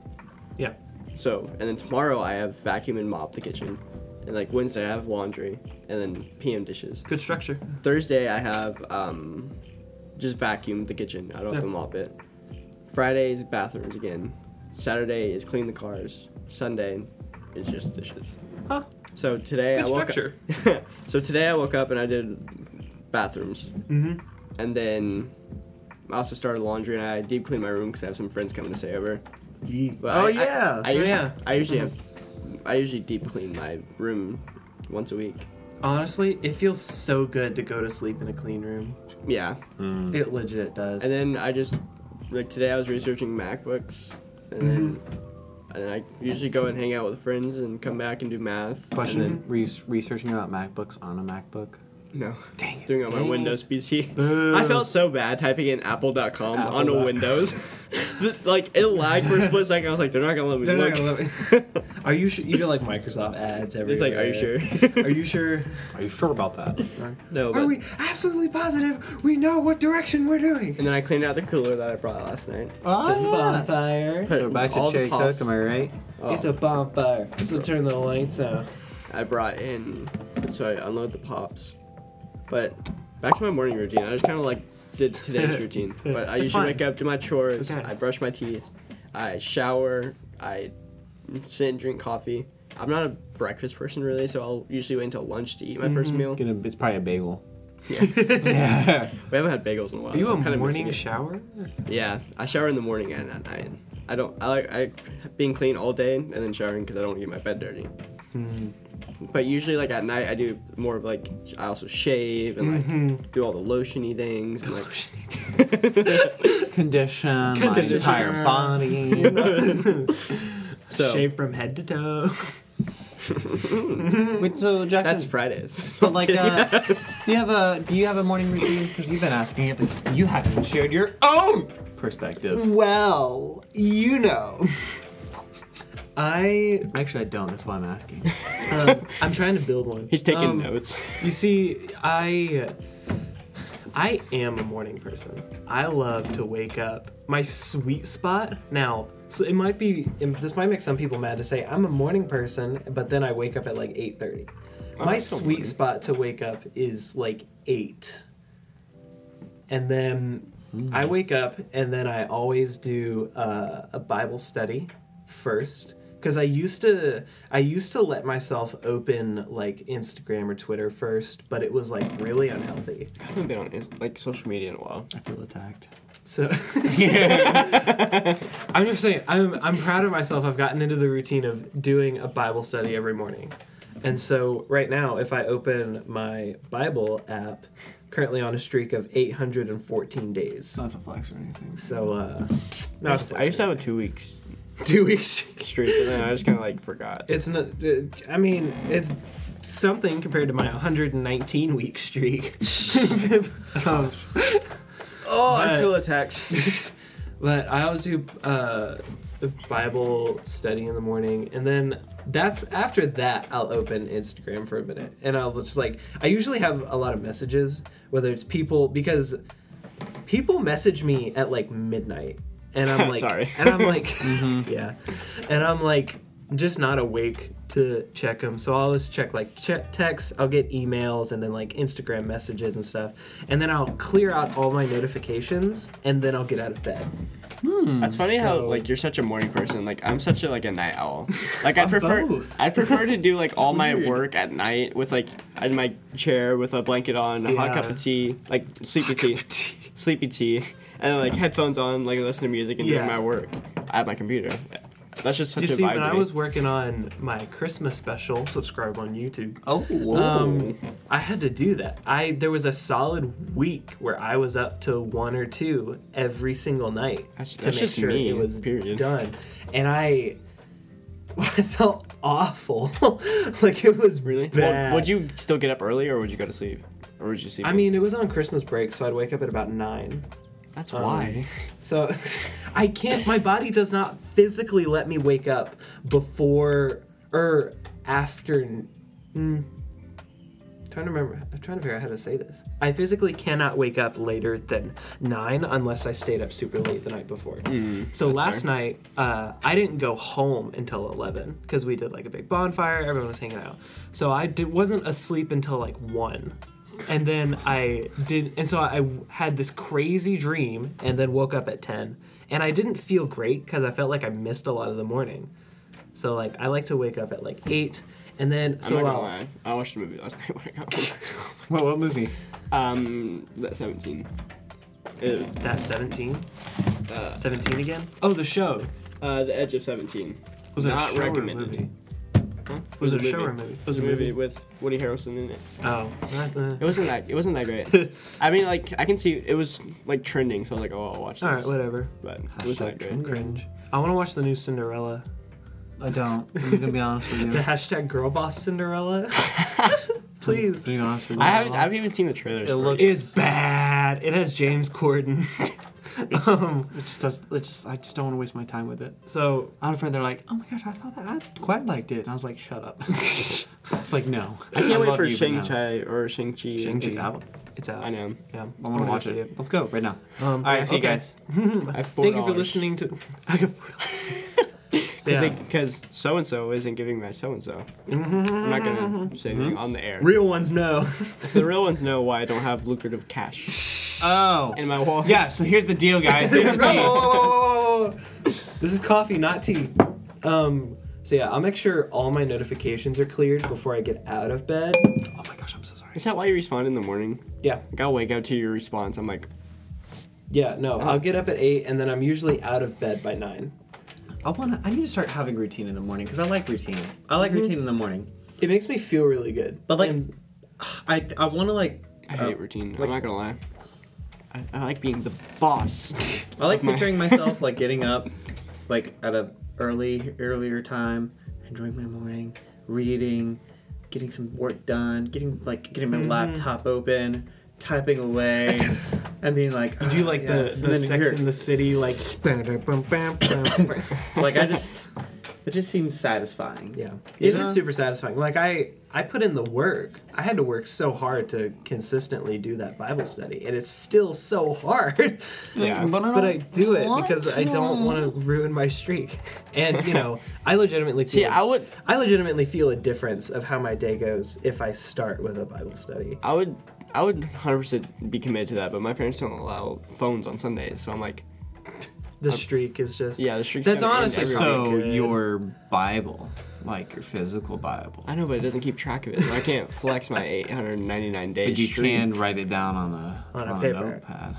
[SPEAKER 3] Yeah.
[SPEAKER 2] So and then tomorrow I have vacuum and mop the kitchen, and like Wednesday I have laundry and then PM dishes.
[SPEAKER 3] Good structure.
[SPEAKER 2] Thursday I have um, just vacuum the kitchen. I don't have to
[SPEAKER 3] Yeah.
[SPEAKER 2] mop it. Fridays bathrooms again. Saturday is clean the cars. Sunday is just dishes.
[SPEAKER 3] Huh.
[SPEAKER 2] So today
[SPEAKER 3] Good
[SPEAKER 2] I woke
[SPEAKER 3] structure.
[SPEAKER 2] up. so today I woke up and I did bathrooms,
[SPEAKER 3] Mm-hmm.
[SPEAKER 2] and then I also started laundry and I deep cleaned my room because I have some friends coming to stay over. But
[SPEAKER 6] Oh,
[SPEAKER 2] I- I-
[SPEAKER 6] yeah.
[SPEAKER 2] I, usually,
[SPEAKER 3] yeah. Mm-hmm.
[SPEAKER 2] I usually have. I usually deep clean my room once a week.
[SPEAKER 3] Honestly, it feels so good to go to sleep in a clean room.
[SPEAKER 2] Yeah.
[SPEAKER 1] mm.
[SPEAKER 3] It legit does.
[SPEAKER 2] And then I just like today I was researching MacBooks, and then
[SPEAKER 3] Mm-hmm.
[SPEAKER 2] and then I usually go and hang out with friends and come back and do math.
[SPEAKER 1] Question:
[SPEAKER 2] And
[SPEAKER 1] Were you s- researching about MacBooks on a MacBook?
[SPEAKER 2] then, no,
[SPEAKER 1] Dang it.
[SPEAKER 2] doing it on my
[SPEAKER 3] Dang
[SPEAKER 2] Windows PC.
[SPEAKER 1] Boo.
[SPEAKER 2] I felt so bad typing in apple.com on a
[SPEAKER 3] Apple.com.
[SPEAKER 2] Windows. But, like it lagged for a split second. I was like, they're not gonna let me
[SPEAKER 3] They're
[SPEAKER 2] look.
[SPEAKER 3] not gonna let me- Are you sure? You get like Microsoft ads everywhere.
[SPEAKER 2] it's like, are you sure?
[SPEAKER 3] Are you sure?
[SPEAKER 1] Are you sure about that?
[SPEAKER 2] no. But,
[SPEAKER 3] absolutely positive we know what direction we're doing?
[SPEAKER 2] and then I cleaned out the cooler that I brought last night.
[SPEAKER 3] It's
[SPEAKER 2] Ah.
[SPEAKER 3] a bonfire.
[SPEAKER 2] Put
[SPEAKER 1] We're back to
[SPEAKER 2] all the
[SPEAKER 1] Cherry Coke,
[SPEAKER 2] pops-
[SPEAKER 1] am I right?
[SPEAKER 2] oh,
[SPEAKER 3] It's a bonfire. So turn the lights out.
[SPEAKER 2] I brought in, so I unload the pops. But back to my morning routine. I just kind of like did today's routine. But I
[SPEAKER 3] That's
[SPEAKER 2] usually
[SPEAKER 3] fine.
[SPEAKER 2] wake up, do my chores,
[SPEAKER 3] Okay.
[SPEAKER 2] I brush my teeth, I shower, I sit and drink coffee. I'm not a breakfast person really, so I'll usually wait until lunch to eat my
[SPEAKER 3] Mm-hmm.
[SPEAKER 2] first meal.
[SPEAKER 1] Gonna, it's probably a bagel.
[SPEAKER 2] We haven't had bagels in a while.
[SPEAKER 3] Are you a
[SPEAKER 2] I'm kinda missing
[SPEAKER 3] morning
[SPEAKER 2] it.
[SPEAKER 3] shower?
[SPEAKER 2] Yeah, I shower in the morning and at night. I don't. I like I being clean all day and then showering because I don't want to get my bed dirty. Hmm. But usually, like at night, I do more of like I also shave and like do all the lotiony things. And, like,
[SPEAKER 1] Condition,
[SPEAKER 3] Condition.
[SPEAKER 1] my entire body.
[SPEAKER 2] so
[SPEAKER 3] Shaved from head to toe.
[SPEAKER 1] Wait, so Jackson,
[SPEAKER 2] that's Fridays.
[SPEAKER 1] But like, uh, do you have a do you have a morning routine? Because you've been asking it, but you haven't shared your own perspective.
[SPEAKER 3] well, you know. I
[SPEAKER 1] Actually, I don't. That's why I'm asking.
[SPEAKER 3] um, I'm trying to build one.
[SPEAKER 2] He's taking
[SPEAKER 3] Um,
[SPEAKER 2] notes.
[SPEAKER 3] You see, I I am a morning person. I love to wake up. My sweet spot now. So it might be this might make some people mad to say I'm a morning person, but then I wake up at like 8:30. My
[SPEAKER 2] Oh, that's so
[SPEAKER 3] sweet
[SPEAKER 2] morning.
[SPEAKER 3] spot to wake up is like 8. And then I wake up and then I always do uh, a Bible study first because I used to I used to let myself open like Instagram or Twitter first, but it was like really unhealthy.
[SPEAKER 2] I haven't been on Inst- like social media in a while.
[SPEAKER 1] I feel attacked.
[SPEAKER 3] So I'm just saying, I'm I'm proud of myself. I've gotten into the routine of doing a Bible study every morning. And so right now, if I open my Bible app, currently on a streak of 814 days.
[SPEAKER 1] Not a flex or anything.
[SPEAKER 3] So uh
[SPEAKER 2] I
[SPEAKER 3] no,
[SPEAKER 2] used, I used to have a two weeks
[SPEAKER 3] two weeks.
[SPEAKER 2] streak, and then I just kind of like forgot.
[SPEAKER 3] It's not. I mean, it's something compared to my 119 week streak. Um,
[SPEAKER 2] Oh,
[SPEAKER 3] I feel
[SPEAKER 2] attacked.
[SPEAKER 3] But I always do uh, the Bible study in the morning, and then that's after that I'll open Instagram for a minute, and I'll just like I usually have a lot of messages, whether it's people because people message me at like midnight, and I'm like,
[SPEAKER 2] Sorry.
[SPEAKER 3] and I'm like, yeah, and I'm like, just not awake to check them. So I'll just check like check texts, I'll get emails, and then like Instagram messages and stuff. And then I'll clear out all my notifications, and then I'll get out of bed.
[SPEAKER 2] That's funny how
[SPEAKER 3] So-
[SPEAKER 2] like you're such a morning person. Like I'm such a like a night owl. Like I prefer
[SPEAKER 3] both.
[SPEAKER 2] I prefer to do like all my
[SPEAKER 1] weird.
[SPEAKER 2] work at night with like in my chair with a blanket on, a hot
[SPEAKER 3] Yeah.
[SPEAKER 2] cup of tea, like sleepy tea, sleepy tea, and like headphones on, like listen to music and
[SPEAKER 3] Yeah.
[SPEAKER 2] doing my work at my computer. That's just such
[SPEAKER 3] You
[SPEAKER 2] a
[SPEAKER 3] see,
[SPEAKER 2] vibe.
[SPEAKER 3] when
[SPEAKER 2] to
[SPEAKER 3] I
[SPEAKER 2] me.
[SPEAKER 3] was working on my Christmas special, subscribe on YouTube.
[SPEAKER 1] Oh,
[SPEAKER 3] Um, I had to do that. I there was a solid week where I was up to one or two every single night
[SPEAKER 2] That's-
[SPEAKER 3] to
[SPEAKER 2] that's
[SPEAKER 3] make
[SPEAKER 2] just
[SPEAKER 3] sure
[SPEAKER 2] me,
[SPEAKER 3] it was
[SPEAKER 2] period.
[SPEAKER 3] done, and I, I felt awful. like it was really
[SPEAKER 2] Well,
[SPEAKER 3] bad.
[SPEAKER 2] would you still get up early or would you go to sleep? Or would you sleep?
[SPEAKER 3] I mean, it was on Christmas break, so I'd wake up at about nine.
[SPEAKER 2] that's
[SPEAKER 3] um,
[SPEAKER 2] why.
[SPEAKER 3] So I can't. My body does not physically let me wake up before or after. Mm, trying to remember. I'm trying to figure out how to say this. I physically cannot wake up later than nine unless I stayed up super late the night before.
[SPEAKER 2] Hmm,
[SPEAKER 3] so last night uh, I didn't go home until eleven because we did like a big bonfire. Everyone was hanging out. So I did, wasn't asleep until like one and then I did, and so I had this crazy dream, and then woke up at ten, and I didn't feel great because I felt like I missed a lot of the morning. So like I like to wake up at like eight, and then
[SPEAKER 2] I'm
[SPEAKER 3] so
[SPEAKER 2] not gonna
[SPEAKER 3] I'll-
[SPEAKER 2] lie. I watched a movie last night when I got home.
[SPEAKER 1] what, what movie?
[SPEAKER 2] um, that 17. It-
[SPEAKER 3] that's seventeen.
[SPEAKER 2] Uh,
[SPEAKER 3] Seventeen again? Oh, the show
[SPEAKER 2] Uh, The Edge of Seventeen.
[SPEAKER 3] was it
[SPEAKER 2] Not
[SPEAKER 3] a show or a
[SPEAKER 2] recommended.
[SPEAKER 3] movie?
[SPEAKER 2] Huh?
[SPEAKER 3] Was it a
[SPEAKER 2] movie.
[SPEAKER 3] show or a movie?
[SPEAKER 2] It was a movie with Woody Harrelson in it.
[SPEAKER 3] Oh, uh,
[SPEAKER 2] It wasn't that. It wasn't that great. I mean, like I can see it was like trending, so I was like, oh, I'll watch this.
[SPEAKER 3] all right, whatever.
[SPEAKER 2] But it was not great.
[SPEAKER 1] trend.
[SPEAKER 3] Cringe. I want to watch the new Cinderella.
[SPEAKER 1] I don't. I'm gonna be honest with you.
[SPEAKER 3] The hashtag girl boss Cinderella. Please.
[SPEAKER 1] I'm gonna be honest with you.
[SPEAKER 2] I haven't. I haven't even seen the trailers.
[SPEAKER 1] It
[SPEAKER 2] for
[SPEAKER 1] looks.
[SPEAKER 3] It's bad. It has James Corden.
[SPEAKER 1] It's,
[SPEAKER 3] um,
[SPEAKER 1] it just does. It just. I just don't want to waste my time with it.
[SPEAKER 3] so
[SPEAKER 1] I had a friend. They're like, "Oh my gosh, I thought that I quite liked it," and I was like, "Shut up." it's like no.
[SPEAKER 2] I can't wait
[SPEAKER 1] love
[SPEAKER 2] for
[SPEAKER 1] you, but no.
[SPEAKER 2] Shang Chi or Shang Chi.
[SPEAKER 1] Shang-Chi. It's out.
[SPEAKER 3] it's out.
[SPEAKER 2] I know.
[SPEAKER 3] Yeah,
[SPEAKER 1] I want to watch it. Let's go right now.
[SPEAKER 3] Um,
[SPEAKER 1] All right, see you guys.
[SPEAKER 2] I have four
[SPEAKER 3] Thank you for listening to. I got four yeah.
[SPEAKER 2] Because so and so isn't giving my so and so. I'm not gonna say anything on the air.
[SPEAKER 3] Real ones, no.
[SPEAKER 2] So the real ones know why I don't have lucrative cash
[SPEAKER 1] Oh.
[SPEAKER 2] in my wallet.
[SPEAKER 1] Yeah. So here's the deal, guys. Here's the deal.
[SPEAKER 3] Oh! this is coffee, not tea. Um. So yeah, I'll make sure all my notifications are cleared before I get out of bed.
[SPEAKER 1] oh my gosh, I'm so sorry.
[SPEAKER 2] Is that why you respond in the morning?
[SPEAKER 3] Yeah,
[SPEAKER 2] Like I'll wake up to your response. I'm like,
[SPEAKER 3] yeah. No, I'll get up at eight, and then I'm usually out of bed by nine.
[SPEAKER 1] I wanna. I need to start having routine in the morning because I like routine. I like
[SPEAKER 3] Mm-hmm.
[SPEAKER 1] routine in the morning.
[SPEAKER 3] It makes me feel really good.
[SPEAKER 1] But, like,
[SPEAKER 3] And-
[SPEAKER 1] I I want to like.
[SPEAKER 2] I hate
[SPEAKER 1] uh,
[SPEAKER 2] routine.
[SPEAKER 1] like-
[SPEAKER 2] I'm not gonna lie. I, I like being the boss.
[SPEAKER 1] uh, I like
[SPEAKER 2] of my-
[SPEAKER 1] picturing myself like getting up, like at a early earlier time, enjoying my morning, reading, getting some work done, getting like getting my
[SPEAKER 3] Mm-hmm.
[SPEAKER 1] laptop open, typing away, and being like, "Oh,
[SPEAKER 3] Do you like the, the Sex
[SPEAKER 1] here-
[SPEAKER 3] in the City like?
[SPEAKER 1] like I just it just seems satisfying.
[SPEAKER 3] yeah,
[SPEAKER 1] You
[SPEAKER 3] it
[SPEAKER 1] know?
[SPEAKER 3] is super satisfying. Like I, I put in the work. I had to work so hard to consistently do that Bible study, and it's still so hard.
[SPEAKER 2] Yeah.
[SPEAKER 1] But I, don't
[SPEAKER 3] But I do it
[SPEAKER 1] want
[SPEAKER 3] because I don't
[SPEAKER 1] to.
[SPEAKER 3] want to ruin my streak. And you know, I legitimately feel.
[SPEAKER 2] See, I would,
[SPEAKER 3] I legitimately feel a difference of how my day goes if I start with a Bible study.
[SPEAKER 2] I would, I would 100% be committed to that. But my parents don't allow phones on Sundays, so I'm like,
[SPEAKER 3] The streak is just
[SPEAKER 2] yeah, the streak's
[SPEAKER 3] That's
[SPEAKER 2] gonna end
[SPEAKER 3] honestly
[SPEAKER 2] every
[SPEAKER 3] so-
[SPEAKER 2] week.
[SPEAKER 1] so
[SPEAKER 3] good.
[SPEAKER 1] your Bible, like your physical Bible,
[SPEAKER 2] I know, but it doesn't keep track of it. So I can't flex my 899 days.
[SPEAKER 1] but you can write it down on a on,
[SPEAKER 3] On a
[SPEAKER 1] a,
[SPEAKER 3] paper.
[SPEAKER 1] notepad.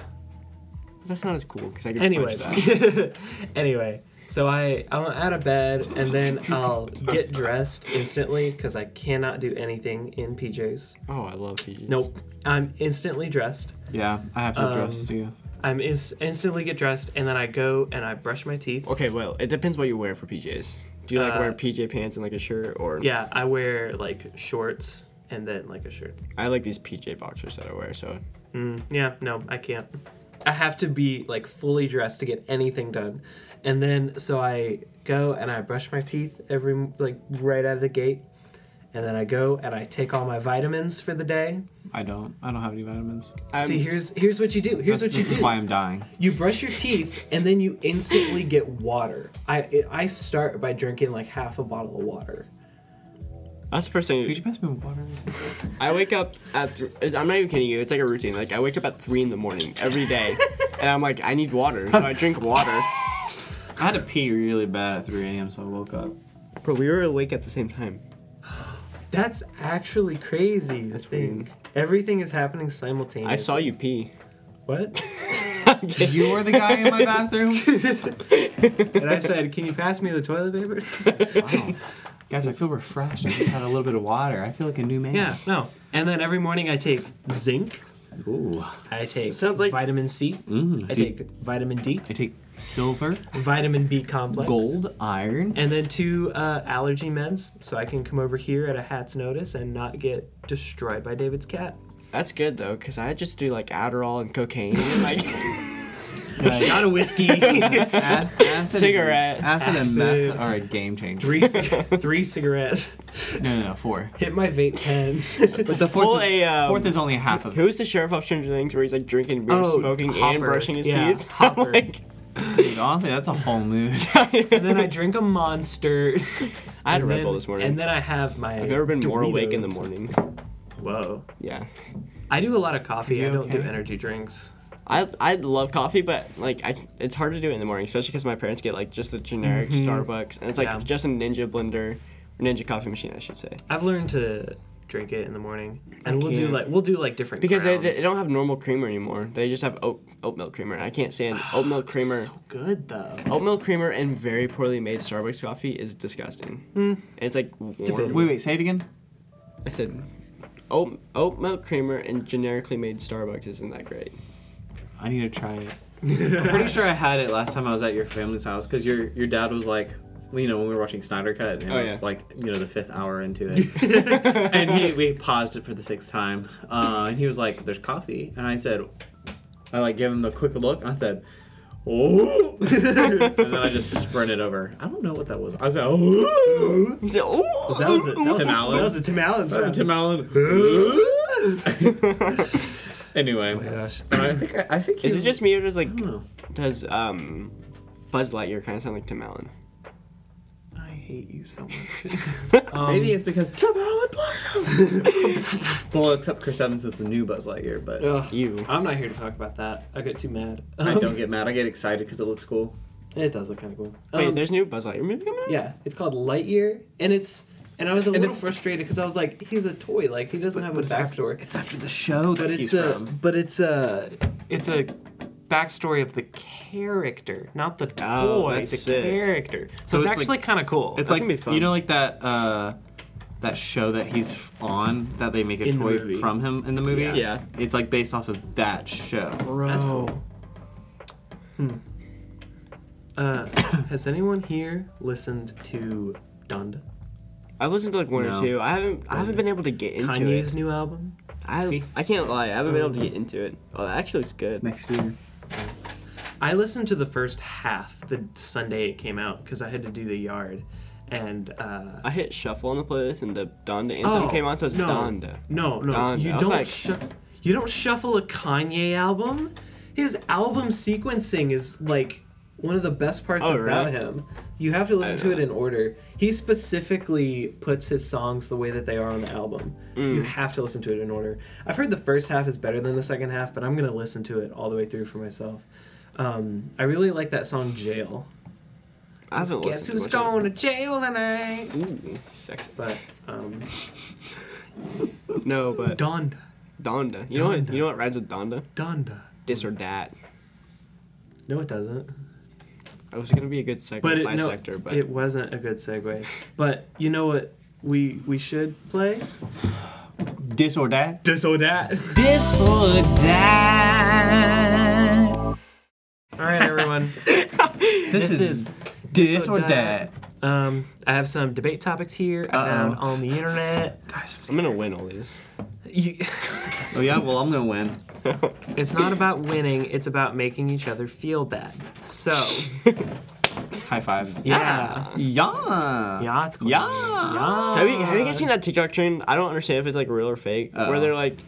[SPEAKER 2] That's not as cool because I can.
[SPEAKER 3] anyway,
[SPEAKER 2] Anyway, that.
[SPEAKER 3] anyway, so I I'm out of bed and then I'll get dressed instantly because I cannot do anything in PJs.
[SPEAKER 2] oh, I love PJs.
[SPEAKER 3] Nope, I'm instantly dressed.
[SPEAKER 1] Yeah, I have to address to you.
[SPEAKER 3] I'm ins- instantly get dressed and then I go and I brush my teeth.
[SPEAKER 2] Okay, well, it depends what you wear for PJs. Do you like
[SPEAKER 3] Uh,
[SPEAKER 2] wear PJ pants and like a shirt, or
[SPEAKER 3] Yeah, I wear like shorts and then like a shirt.
[SPEAKER 2] I like these PJ boxers that I wear. So
[SPEAKER 3] Yeah, no, I can't. I have to be like fully dressed to get anything done. And then so I go and I brush my teeth every like right out of the gate. and then I go and I take all my vitamins for the day.
[SPEAKER 1] I don't. I don't have any vitamins.
[SPEAKER 2] I'm-
[SPEAKER 3] See, here's here's what you do. Here's
[SPEAKER 1] That's-
[SPEAKER 3] what you
[SPEAKER 1] this
[SPEAKER 3] do.
[SPEAKER 1] is why I'm dying.
[SPEAKER 3] You brush your teeth and then you instantly get water. I I start by drinking like half a bottle of water.
[SPEAKER 2] That's the first
[SPEAKER 1] Could
[SPEAKER 2] thing.
[SPEAKER 1] you pass me water?
[SPEAKER 2] I wake up at. Th- it's- I'm not even kidding you. It's like a routine. Like I wake up at three in the morning every day, and I'm like, I need water, so I drink water.
[SPEAKER 1] I had to pee really bad at 3 a.m., so I woke up.
[SPEAKER 2] Bro, we were awake at the same time.
[SPEAKER 3] That's actually crazy. That's
[SPEAKER 2] weird.
[SPEAKER 3] Everything is happening simultaneously.
[SPEAKER 2] I saw you pee.
[SPEAKER 3] what?
[SPEAKER 1] You were the guy in my bathroom.
[SPEAKER 3] and I said, "Can you pass me the toilet paper?"
[SPEAKER 1] Wow. Guys, I feel refreshed. I just had a little bit of water. I feel like a new man.
[SPEAKER 3] yeah, no. And then every morning I take zinc.
[SPEAKER 1] Ooh.
[SPEAKER 3] I take
[SPEAKER 2] Sounds like-
[SPEAKER 3] vitamin C. I
[SPEAKER 1] Mm, dude,
[SPEAKER 3] take vitamin D,
[SPEAKER 1] I take silver,
[SPEAKER 3] vitamin B complex,
[SPEAKER 1] gold, iron.
[SPEAKER 3] and then two uh, allergy meds, so I can come over here at a hat's notice and not get destroyed by David's cat.
[SPEAKER 2] That's good though, cause I just do like Adderall and cocaine, and, like
[SPEAKER 3] Not a whiskey.
[SPEAKER 1] Ac- acid
[SPEAKER 2] Cigarette.
[SPEAKER 1] Is, acid, and
[SPEAKER 3] Acid.
[SPEAKER 1] meth are a game changer.
[SPEAKER 3] three, cig- three cigarettes.
[SPEAKER 1] No, no, no, four.
[SPEAKER 3] Hit my vape pen.
[SPEAKER 1] But the fourth,
[SPEAKER 2] Well,
[SPEAKER 1] is,
[SPEAKER 2] a, um,
[SPEAKER 1] fourth is only half of it.
[SPEAKER 2] who's the sheriff of Stranger Things where he's like drinking beer,
[SPEAKER 3] Oh,
[SPEAKER 2] smoking,
[SPEAKER 3] Hopper.
[SPEAKER 2] and brushing his
[SPEAKER 3] Yeah,
[SPEAKER 2] teeth?
[SPEAKER 3] Hopper.
[SPEAKER 2] I'm like,
[SPEAKER 1] Dude, honestly, that's a whole mood.
[SPEAKER 3] and then I drink a monster.
[SPEAKER 2] I had a
[SPEAKER 3] And
[SPEAKER 2] Red Bull
[SPEAKER 3] then-
[SPEAKER 2] this morning.
[SPEAKER 3] And then I have my.
[SPEAKER 2] I've never been more awake in the
[SPEAKER 3] Doritos.
[SPEAKER 2] morning.
[SPEAKER 3] Whoa.
[SPEAKER 2] Yeah,
[SPEAKER 3] I do a lot of coffee.
[SPEAKER 1] You
[SPEAKER 3] I don't do
[SPEAKER 1] okay?
[SPEAKER 3] energy drinks.
[SPEAKER 2] I I love coffee, but like I, it's hard to do it in the morning, especially because my parents get like just the generic
[SPEAKER 1] Mm-hmm.
[SPEAKER 2] Starbucks, and it's like
[SPEAKER 3] Yeah.
[SPEAKER 2] just a Ninja blender, or Ninja coffee machine, I should say,
[SPEAKER 3] I've learned to drink it in the morning, and we'll do
[SPEAKER 2] can't.
[SPEAKER 3] like we'll do like different
[SPEAKER 2] because they, they
[SPEAKER 3] grounds.
[SPEAKER 2] don't have normal creamer anymore. They just have oat oat milk creamer. I can't stand oat milk creamer.
[SPEAKER 3] So good though.
[SPEAKER 2] Oat milk creamer and very poorly made Starbucks coffee is disgusting. And it's like warm.
[SPEAKER 3] Debatable.
[SPEAKER 1] wait, wait, say it again.
[SPEAKER 2] I said, oat, oat milk creamer and generically made Starbucks isn't that great.
[SPEAKER 1] I need to try it. I'm pretty sure I had it last time I was at your family's house because your your dad was like, well, you know, when we were watching Snyder Cut, and it
[SPEAKER 2] Oh,
[SPEAKER 1] was
[SPEAKER 2] yeah.
[SPEAKER 1] like, you know, the fifth hour into it, and he we paused it for the sixth time, uh, and he was like, "There's coffee," and I said, I like gave him the quick look, and I said. Oh, and then I just sprinted over. I don't know what that was. I said, "Oh,"
[SPEAKER 2] You said, oh,
[SPEAKER 1] that was it. That was Tim
[SPEAKER 2] oh,
[SPEAKER 1] Allen.
[SPEAKER 3] That was a Tim Allen
[SPEAKER 1] That was
[SPEAKER 3] sound.
[SPEAKER 1] Tim Allen. anyway,
[SPEAKER 3] Oh my gosh.
[SPEAKER 1] but I think I, I think he
[SPEAKER 2] Is it
[SPEAKER 1] was-
[SPEAKER 2] just me or does like
[SPEAKER 1] I don't know.
[SPEAKER 2] does um Buzz Lightyear kind of sound like Tim Allen?
[SPEAKER 3] I hate you so much.
[SPEAKER 1] Maybe it's because Tim Allen played him. well, except Chris Evans is the new Buzz Lightyear, but
[SPEAKER 3] Ugh,
[SPEAKER 2] You.
[SPEAKER 3] I'm not here to talk about that. I get too mad.
[SPEAKER 1] I don't get mad. I get excited because it looks cool.
[SPEAKER 3] It does look kind of cool.
[SPEAKER 2] Wait,
[SPEAKER 3] Um,
[SPEAKER 2] there's a new Buzz Lightyear movie coming out.
[SPEAKER 3] yeah, it's called Lightyear, and it's and I was a little
[SPEAKER 1] it's-
[SPEAKER 3] frustrated because I was like, he's a toy, like he doesn't have a backstory.
[SPEAKER 1] It's after the show that
[SPEAKER 3] but
[SPEAKER 1] he's
[SPEAKER 3] it's a
[SPEAKER 1] from.
[SPEAKER 3] but it's a it's a backstory of the character, not the toy.
[SPEAKER 2] Oh, that's
[SPEAKER 3] the
[SPEAKER 2] sick.
[SPEAKER 3] character. So,
[SPEAKER 1] it's
[SPEAKER 3] it's,
[SPEAKER 1] like-
[SPEAKER 3] actually kind of cool.
[SPEAKER 1] It's
[SPEAKER 2] That's
[SPEAKER 1] like
[SPEAKER 2] gonna be fun.
[SPEAKER 1] you know, like that uh, that show that he's f- on that they make a
[SPEAKER 3] In the
[SPEAKER 1] toy
[SPEAKER 3] movie.
[SPEAKER 1] from him in the movie.
[SPEAKER 2] Yeah. Yeah.
[SPEAKER 1] it's like based off of that show.
[SPEAKER 3] bro. Hmm. Uh, has anyone here listened to Donda?
[SPEAKER 2] I've listened to like one
[SPEAKER 1] No.
[SPEAKER 2] or two. I haven't I haven't been able to get into
[SPEAKER 3] Kanye's
[SPEAKER 2] it.
[SPEAKER 3] new album?
[SPEAKER 2] I,
[SPEAKER 1] See?
[SPEAKER 2] I can't lie. I haven't been able to
[SPEAKER 3] Mm-hmm.
[SPEAKER 2] get into it. Oh, that actually looks good.
[SPEAKER 1] Next year.
[SPEAKER 3] I listened to the first half the Sunday it came out because I had to do the yard, and uh,
[SPEAKER 2] I hit shuffle on the playlist and the Donda anthem came on, so it's
[SPEAKER 3] Oh, no,
[SPEAKER 2] Donda.
[SPEAKER 3] No, no,
[SPEAKER 2] Donda.
[SPEAKER 3] you
[SPEAKER 2] I was
[SPEAKER 3] don't.
[SPEAKER 2] like-
[SPEAKER 3] shu- you don't shuffle a Kanye album. His album sequencing is like one of the best parts
[SPEAKER 2] Oh,
[SPEAKER 3] about
[SPEAKER 2] really?
[SPEAKER 3] him. You have to listen to it in order. He specifically puts his songs the way that they are on the album.
[SPEAKER 2] Mm.
[SPEAKER 3] You have to listen to it in order. I've heard the first half is better than the second half, but I'm gonna listen to it all the way through for myself. Um, I really like that song "Jail."
[SPEAKER 2] I haven't
[SPEAKER 3] Guess
[SPEAKER 2] listened
[SPEAKER 3] who's
[SPEAKER 2] to much
[SPEAKER 3] going to jail tonight?
[SPEAKER 2] of it. Ooh, sexy.
[SPEAKER 3] But um,
[SPEAKER 2] No, but
[SPEAKER 3] Donda,
[SPEAKER 2] Donda. You know what? You know what rhymes with Donda?
[SPEAKER 3] Donda.
[SPEAKER 2] This or dat.
[SPEAKER 3] No, it doesn't.
[SPEAKER 2] It was gonna be a good segue,
[SPEAKER 3] but it, no,
[SPEAKER 2] bisector, but
[SPEAKER 3] it wasn't a good segue. But you know what we we should play?
[SPEAKER 1] Dis or dat.
[SPEAKER 3] This or that.
[SPEAKER 1] Dis or dat.
[SPEAKER 3] All right, everyone.
[SPEAKER 1] This, is, dis or dat.
[SPEAKER 3] Um, I have some debate topics here I found
[SPEAKER 1] Uh-oh.
[SPEAKER 3] on the internet.
[SPEAKER 1] Guys,
[SPEAKER 2] I'm gonna win all these.
[SPEAKER 3] You,
[SPEAKER 1] Oh yeah, well I'm gonna win.
[SPEAKER 3] it's not about winning; it's about making each other feel bad. So,
[SPEAKER 1] High five.
[SPEAKER 3] Yeah.
[SPEAKER 1] Yeah.
[SPEAKER 3] Yeah, it's cool.
[SPEAKER 1] Yeah.
[SPEAKER 3] Yeah.
[SPEAKER 2] Have you, have
[SPEAKER 3] Uh,
[SPEAKER 2] you guys seen that TikTok trend? I don't understand if it's like real or fake.
[SPEAKER 1] Uh-oh.
[SPEAKER 2] Where they're like,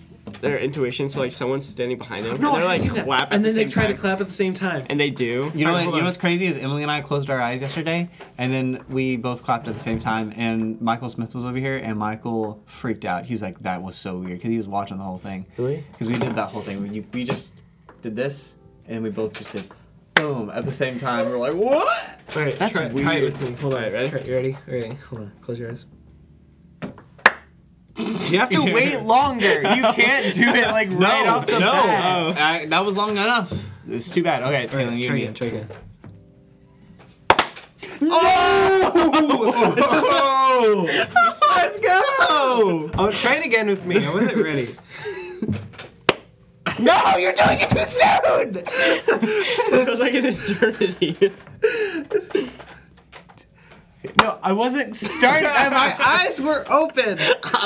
[SPEAKER 2] their intuition, so like someone's standing behind them.
[SPEAKER 3] No,
[SPEAKER 2] and they're
[SPEAKER 3] I
[SPEAKER 2] like
[SPEAKER 3] like seen that.
[SPEAKER 2] clap at
[SPEAKER 3] and
[SPEAKER 2] the
[SPEAKER 3] then
[SPEAKER 2] same
[SPEAKER 3] they try
[SPEAKER 2] time.
[SPEAKER 3] to clap at the same time.
[SPEAKER 2] And they do.
[SPEAKER 1] You know what? You
[SPEAKER 3] Alright, hold on.
[SPEAKER 1] know what's crazy is Emily and I closed our eyes yesterday, and then we both clapped at the same time. And Michael Smith was over here, and Michael freaked out. He was like, "That was so weird," because he was watching the whole thing.
[SPEAKER 3] Really?
[SPEAKER 1] Because we did that whole thing. We, we just did this, and we both just did boom at the same time. We were like, "What?"
[SPEAKER 3] All right,
[SPEAKER 1] That's
[SPEAKER 3] try, try it
[SPEAKER 1] weird.
[SPEAKER 3] with me. Hold on, ready? All right, you ready? All right, hold on. Close your eyes.
[SPEAKER 1] You have to wait longer. You can't do it like right off the
[SPEAKER 3] no.
[SPEAKER 1] bat. I- that was long enough. It's too bad. Okay,
[SPEAKER 3] All right,
[SPEAKER 1] Taylor, you
[SPEAKER 3] try
[SPEAKER 1] need-
[SPEAKER 3] again. Try again.
[SPEAKER 1] Oh! Let's go!
[SPEAKER 3] Oh, try it again with me. I wasn't ready.
[SPEAKER 1] No, you're doing it too soon!
[SPEAKER 2] it was like an eternity.
[SPEAKER 1] No, I wasn't starting. my eyes were open.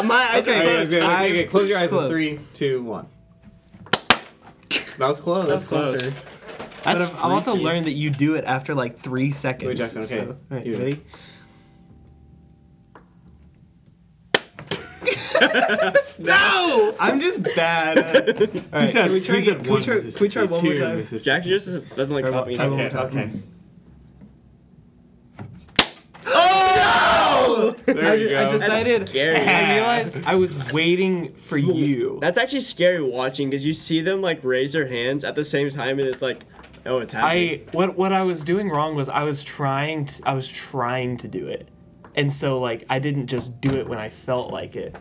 [SPEAKER 2] My eyes
[SPEAKER 3] Okay,
[SPEAKER 2] are
[SPEAKER 3] okay,
[SPEAKER 2] closed.
[SPEAKER 3] okay, okay, okay,
[SPEAKER 1] Close your eyes
[SPEAKER 3] Close.
[SPEAKER 1] in three, two, one. That was close.
[SPEAKER 2] That's close.
[SPEAKER 3] Closer. But
[SPEAKER 1] That's
[SPEAKER 3] I've, I've also
[SPEAKER 1] freaky.
[SPEAKER 3] learned that you do it after like three seconds.
[SPEAKER 1] Jackson, okay.
[SPEAKER 3] So, all right,
[SPEAKER 1] You-
[SPEAKER 3] you ready?
[SPEAKER 1] No!
[SPEAKER 3] I'm just bad. at- all right,
[SPEAKER 1] said-
[SPEAKER 3] can we try,
[SPEAKER 1] he said
[SPEAKER 3] again? Can
[SPEAKER 1] one
[SPEAKER 3] we try, can we
[SPEAKER 1] Mississippi,
[SPEAKER 3] try one more
[SPEAKER 1] two
[SPEAKER 3] time?
[SPEAKER 1] Mississippi.
[SPEAKER 2] Jack just is- doesn't like
[SPEAKER 3] Or what-
[SPEAKER 2] copying each
[SPEAKER 3] I
[SPEAKER 2] other.
[SPEAKER 3] won't-
[SPEAKER 1] Okay, okay.
[SPEAKER 2] There
[SPEAKER 1] Oh!
[SPEAKER 3] I,
[SPEAKER 2] you
[SPEAKER 3] ju- I
[SPEAKER 2] go.
[SPEAKER 3] decided.
[SPEAKER 2] That's scary.
[SPEAKER 3] I realized I was waiting for you.
[SPEAKER 2] That's actually scary watching because you see them like raise their hands at the same time and it's like, oh, it's happening.
[SPEAKER 3] I what what I was doing wrong was I was trying to I was trying to do it, and so like I didn't just do it when I felt like it.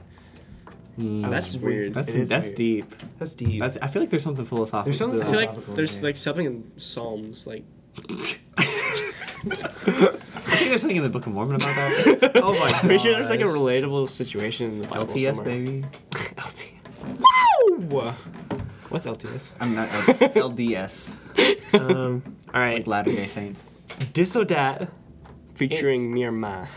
[SPEAKER 3] I was
[SPEAKER 2] that's
[SPEAKER 3] weird.
[SPEAKER 2] weird.
[SPEAKER 1] That's,
[SPEAKER 3] It is
[SPEAKER 1] that's
[SPEAKER 3] weird.
[SPEAKER 1] deep.
[SPEAKER 3] That's deep.
[SPEAKER 1] That's, I feel like there's something philosophical.
[SPEAKER 3] There's something
[SPEAKER 1] to
[SPEAKER 2] I
[SPEAKER 1] that.
[SPEAKER 2] feel
[SPEAKER 3] philosophical
[SPEAKER 2] like there's
[SPEAKER 3] in
[SPEAKER 2] like something in Psalms like
[SPEAKER 1] I think there's something in the Book of Mormon about that.
[SPEAKER 3] oh my god.
[SPEAKER 2] pretty sure there's like a relatable situation in the Bible
[SPEAKER 1] LTS,
[SPEAKER 2] somewhere.
[SPEAKER 1] baby.
[SPEAKER 3] LTS. Wow. What's LTS?
[SPEAKER 1] I'm not uh, LDS,
[SPEAKER 3] Um. All right.
[SPEAKER 1] like Latter Day Saints.
[SPEAKER 3] Disodat.
[SPEAKER 2] featuring Nirma.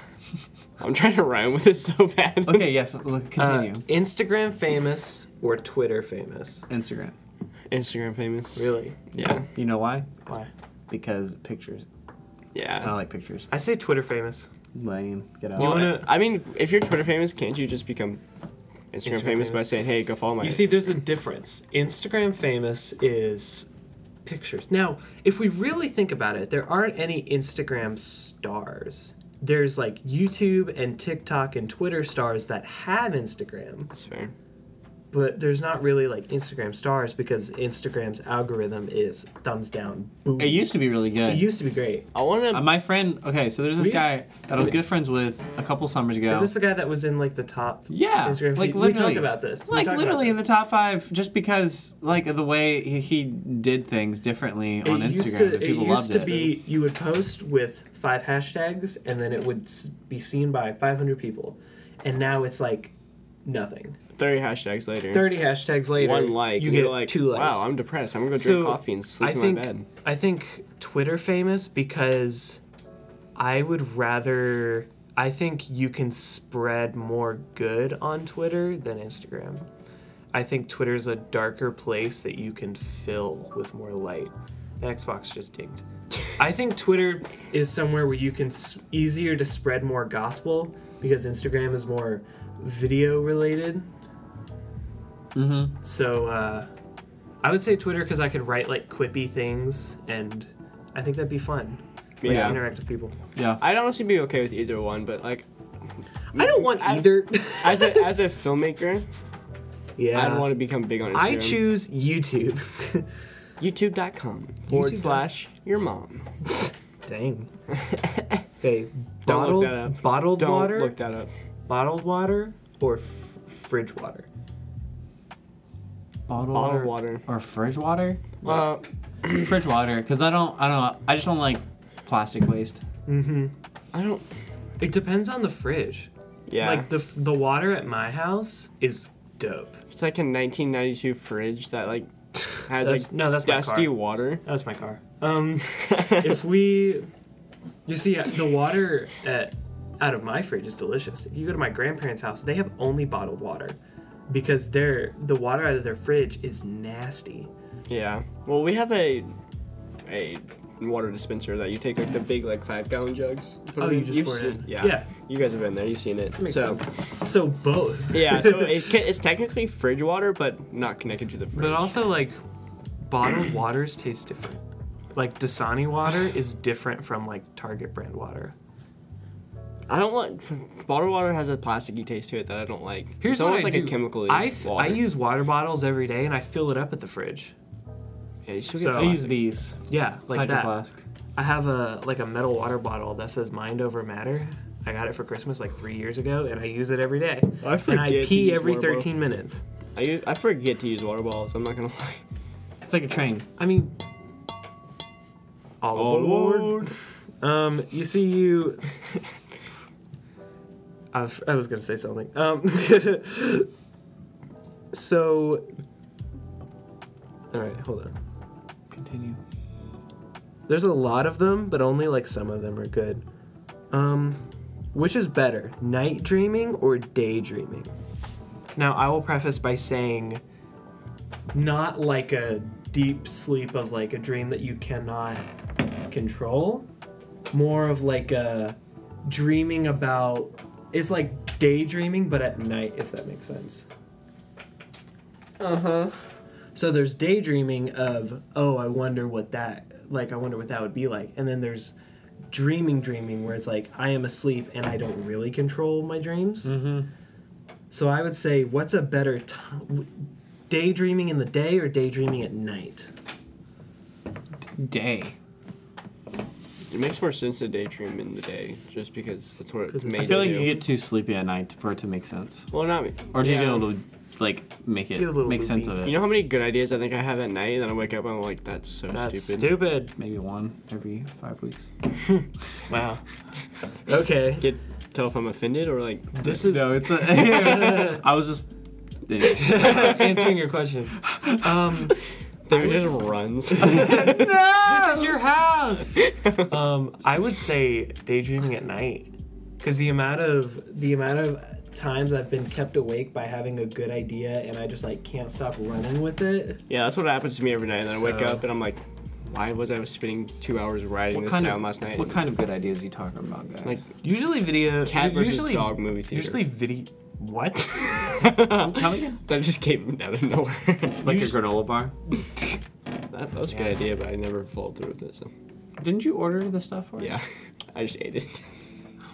[SPEAKER 2] I'm trying to rhyme with it so bad.
[SPEAKER 1] Okay, yes. Look,
[SPEAKER 3] Uh,
[SPEAKER 1] continue.
[SPEAKER 3] Instagram famous or Twitter famous?
[SPEAKER 1] Instagram.
[SPEAKER 2] Instagram famous.
[SPEAKER 3] Really?
[SPEAKER 2] Yeah.
[SPEAKER 1] You know why?
[SPEAKER 3] Why?
[SPEAKER 1] Because pictures. I
[SPEAKER 2] Yeah.
[SPEAKER 1] don't like pictures.
[SPEAKER 3] I say Twitter famous.
[SPEAKER 1] Lame. Get out.
[SPEAKER 3] You
[SPEAKER 2] Well,
[SPEAKER 3] wanna-
[SPEAKER 2] I mean, if you're Twitter famous, can't you just become Instagram,
[SPEAKER 3] Instagram
[SPEAKER 2] famous, by
[SPEAKER 3] famous.
[SPEAKER 2] saying, "Hey, go follow my"?
[SPEAKER 3] You see, there's a difference. Instagram famous is pictures. Now, if we really think about it, there aren't any Instagram stars. There's like YouTube and TikTok and Twitter stars that have Instagram,
[SPEAKER 2] That's fair.
[SPEAKER 3] but there's not really like Instagram stars because Instagram's algorithm is thumbs down. Boom.
[SPEAKER 1] It used to be really good.
[SPEAKER 3] It used to be great.
[SPEAKER 2] I want
[SPEAKER 1] Uh,
[SPEAKER 2] to.
[SPEAKER 1] my friend, okay, so there's
[SPEAKER 3] We
[SPEAKER 1] this
[SPEAKER 3] used-
[SPEAKER 1] guy that I was good friends with a couple summers ago.
[SPEAKER 3] Is this the guy that was in like the top?
[SPEAKER 1] yeah,
[SPEAKER 3] Instagram
[SPEAKER 1] like
[SPEAKER 3] feed?
[SPEAKER 1] literally,
[SPEAKER 3] we talked about this. We
[SPEAKER 1] Like
[SPEAKER 3] talked about
[SPEAKER 1] literally in
[SPEAKER 3] this.
[SPEAKER 1] the top five, just because like of the way he, he did things differently on Instagram,
[SPEAKER 3] Used to,
[SPEAKER 1] and people
[SPEAKER 3] it
[SPEAKER 1] loved
[SPEAKER 3] used to
[SPEAKER 1] it.
[SPEAKER 3] be you would post with five hashtags and then it would s- be seen by 500 people, and now it's like nothing.
[SPEAKER 2] 30 hashtags later.
[SPEAKER 3] 30 hashtags later,
[SPEAKER 2] one like.
[SPEAKER 3] you
[SPEAKER 2] and you're
[SPEAKER 3] get
[SPEAKER 2] like,
[SPEAKER 3] two likes.
[SPEAKER 2] Wow, I'm depressed. I'm gonna go drink
[SPEAKER 3] so
[SPEAKER 2] coffee and sleep
[SPEAKER 3] I
[SPEAKER 2] in
[SPEAKER 3] think
[SPEAKER 2] my bed.
[SPEAKER 3] I think Twitter famous because I would rather. I think you can spread more good on Twitter than Instagram. I think Twitter's a darker place that you can fill with more light. The Xbox just digged. I think Twitter is somewhere where you can s- easier to spread more gospel because Instagram is more video related. Mm-hmm. So uh, I would say Twitter because I could write like quippy things and I think that'd be fun. Like,
[SPEAKER 2] Yeah.
[SPEAKER 3] interact with people.
[SPEAKER 1] yeah.
[SPEAKER 2] I'd honestly be okay with either one, but like,
[SPEAKER 3] I don't want either.
[SPEAKER 2] as a as a filmmaker,
[SPEAKER 3] yeah.
[SPEAKER 2] I'd want to become big on Instagram.
[SPEAKER 3] I choose YouTube.
[SPEAKER 2] YouTube.com forward
[SPEAKER 3] YouTube.
[SPEAKER 2] slash your mom.
[SPEAKER 3] Dang. Okay,
[SPEAKER 2] Don't
[SPEAKER 3] bottled,
[SPEAKER 2] look that up.
[SPEAKER 3] bottled
[SPEAKER 2] Don't
[SPEAKER 3] water,
[SPEAKER 2] look that up.
[SPEAKER 3] bottled water, or f- fridge water.
[SPEAKER 1] bottled
[SPEAKER 2] Bottled
[SPEAKER 1] water,
[SPEAKER 2] water.
[SPEAKER 1] or fridge water.
[SPEAKER 2] Uh,
[SPEAKER 1] fridge water, because I don't, I don't, I just don't like plastic waste.
[SPEAKER 2] Uh, I don't.
[SPEAKER 3] It depends on the fridge.
[SPEAKER 2] Yeah.
[SPEAKER 3] Like the f- the water at my house is dope.
[SPEAKER 2] It's like a 1992 fridge that like has
[SPEAKER 3] That's-
[SPEAKER 2] like
[SPEAKER 3] no, that's my
[SPEAKER 2] dusty
[SPEAKER 3] car.
[SPEAKER 2] water.
[SPEAKER 3] That's my car. Um, if we, you see, the water at out of my fridge is delicious. If you go to my grandparents' house, they have only bottled water because their the water out of their fridge is nasty.
[SPEAKER 2] Yeah. Well, we have a a water dispenser that you take like the big like five gallon jugs. Put
[SPEAKER 3] Oh,
[SPEAKER 2] them
[SPEAKER 3] you
[SPEAKER 2] in.
[SPEAKER 3] just
[SPEAKER 2] You've
[SPEAKER 3] pour it
[SPEAKER 2] seen-
[SPEAKER 3] in.
[SPEAKER 2] Yeah.
[SPEAKER 3] Yeah.
[SPEAKER 2] You guys have been there. You've seen it.
[SPEAKER 3] Makes
[SPEAKER 2] so,
[SPEAKER 3] sense. So both.
[SPEAKER 2] yeah, so it, ca- it's technically fridge water, but not connected to the fridge.
[SPEAKER 3] But also, like, bottled waters taste different. Like, Dasani water is different from, like, Target brand water.
[SPEAKER 2] I don't want bottled water has a plasticky taste to it that I don't like.
[SPEAKER 3] Here's
[SPEAKER 2] it's
[SPEAKER 3] what
[SPEAKER 2] almost
[SPEAKER 3] I
[SPEAKER 2] like
[SPEAKER 3] do.
[SPEAKER 2] a chemically.
[SPEAKER 3] I, f-
[SPEAKER 2] water.
[SPEAKER 3] I use water bottles every day and I fill it up at the fridge.
[SPEAKER 2] Yeah, you should
[SPEAKER 3] so-
[SPEAKER 1] I
[SPEAKER 2] get
[SPEAKER 1] use these
[SPEAKER 3] Yeah, like
[SPEAKER 1] hydro
[SPEAKER 3] that.
[SPEAKER 1] flask.
[SPEAKER 3] I have a like a metal water bottle that says "Mind Over Matter." I got it for Christmas like three years ago, and I use it every day.
[SPEAKER 2] I
[SPEAKER 3] and I
[SPEAKER 2] forget to
[SPEAKER 3] pee
[SPEAKER 2] use
[SPEAKER 3] every
[SPEAKER 2] water bottle.
[SPEAKER 3] 13 minutes.
[SPEAKER 2] I, use, I forget to use water bottles. I'm not gonna lie.
[SPEAKER 1] It's like a train.
[SPEAKER 3] I mean, all aboard. Um, you see, you. I've, I was gonna say something. Um, so, all right, hold on.
[SPEAKER 1] Continue.
[SPEAKER 3] There's a lot of them, but only like some of them are good. Um, which is better, night dreaming or daydreaming? Now, I will preface by saying not like a deep sleep of like a dream that you cannot control, more of like a dreaming about it's like daydreaming but at night if that makes sense.
[SPEAKER 2] Uh-huh.
[SPEAKER 3] So there's daydreaming of, oh, I wonder what that like I wonder what that would be like. And then there's dreaming dreaming where it's like I am asleep and I don't really control my dreams. Mm-hmm. So I would say what's a better time daydreaming in the day or daydreaming at night?
[SPEAKER 1] Day.
[SPEAKER 2] It makes more sense to daydream in the day, just because that's what it's
[SPEAKER 3] 'Cause it's
[SPEAKER 2] made
[SPEAKER 1] I feel
[SPEAKER 2] to
[SPEAKER 1] like
[SPEAKER 2] do.
[SPEAKER 1] you get too sleepy at night for it to make sense.
[SPEAKER 2] well, not me.
[SPEAKER 1] Or do
[SPEAKER 2] yeah.
[SPEAKER 1] you be able to like make it
[SPEAKER 3] Get a little
[SPEAKER 1] make sense of it?
[SPEAKER 2] You know how many good ideas I think I have at night, and then I wake up and I'm like, that's so stupid.
[SPEAKER 3] stupid.
[SPEAKER 1] Maybe one every five weeks.
[SPEAKER 3] Wow. okay.
[SPEAKER 2] Get tell if I'm offended or like.
[SPEAKER 3] This is
[SPEAKER 1] No, it's a. I was just. anyways.
[SPEAKER 3] answering your question. Um
[SPEAKER 2] There just runs.
[SPEAKER 3] This is your house. um, I would say daydreaming at night, because the amount of the amount of times I've been kept awake by having a good idea and I just like can't stop running with it.
[SPEAKER 2] yeah, that's what happens to me every night. And then I wake
[SPEAKER 3] So-
[SPEAKER 2] up and I'm like, why was I spending two hours writing
[SPEAKER 1] What
[SPEAKER 2] this
[SPEAKER 1] kind
[SPEAKER 2] down
[SPEAKER 1] of
[SPEAKER 2] last night?
[SPEAKER 1] What kind of good ideas are you talking about, guys?
[SPEAKER 2] Like,
[SPEAKER 1] usually video.
[SPEAKER 2] Cat versus
[SPEAKER 1] usually,
[SPEAKER 2] dog movie theater.
[SPEAKER 3] Usually video. What?
[SPEAKER 1] Come again?
[SPEAKER 2] that just came out of nowhere.
[SPEAKER 1] Like a granola bar.
[SPEAKER 2] that, that was a good idea, but I never followed through with it. So
[SPEAKER 1] Didn't you order the stuff for it?
[SPEAKER 2] yeah, I just ate it.
[SPEAKER 1] Oh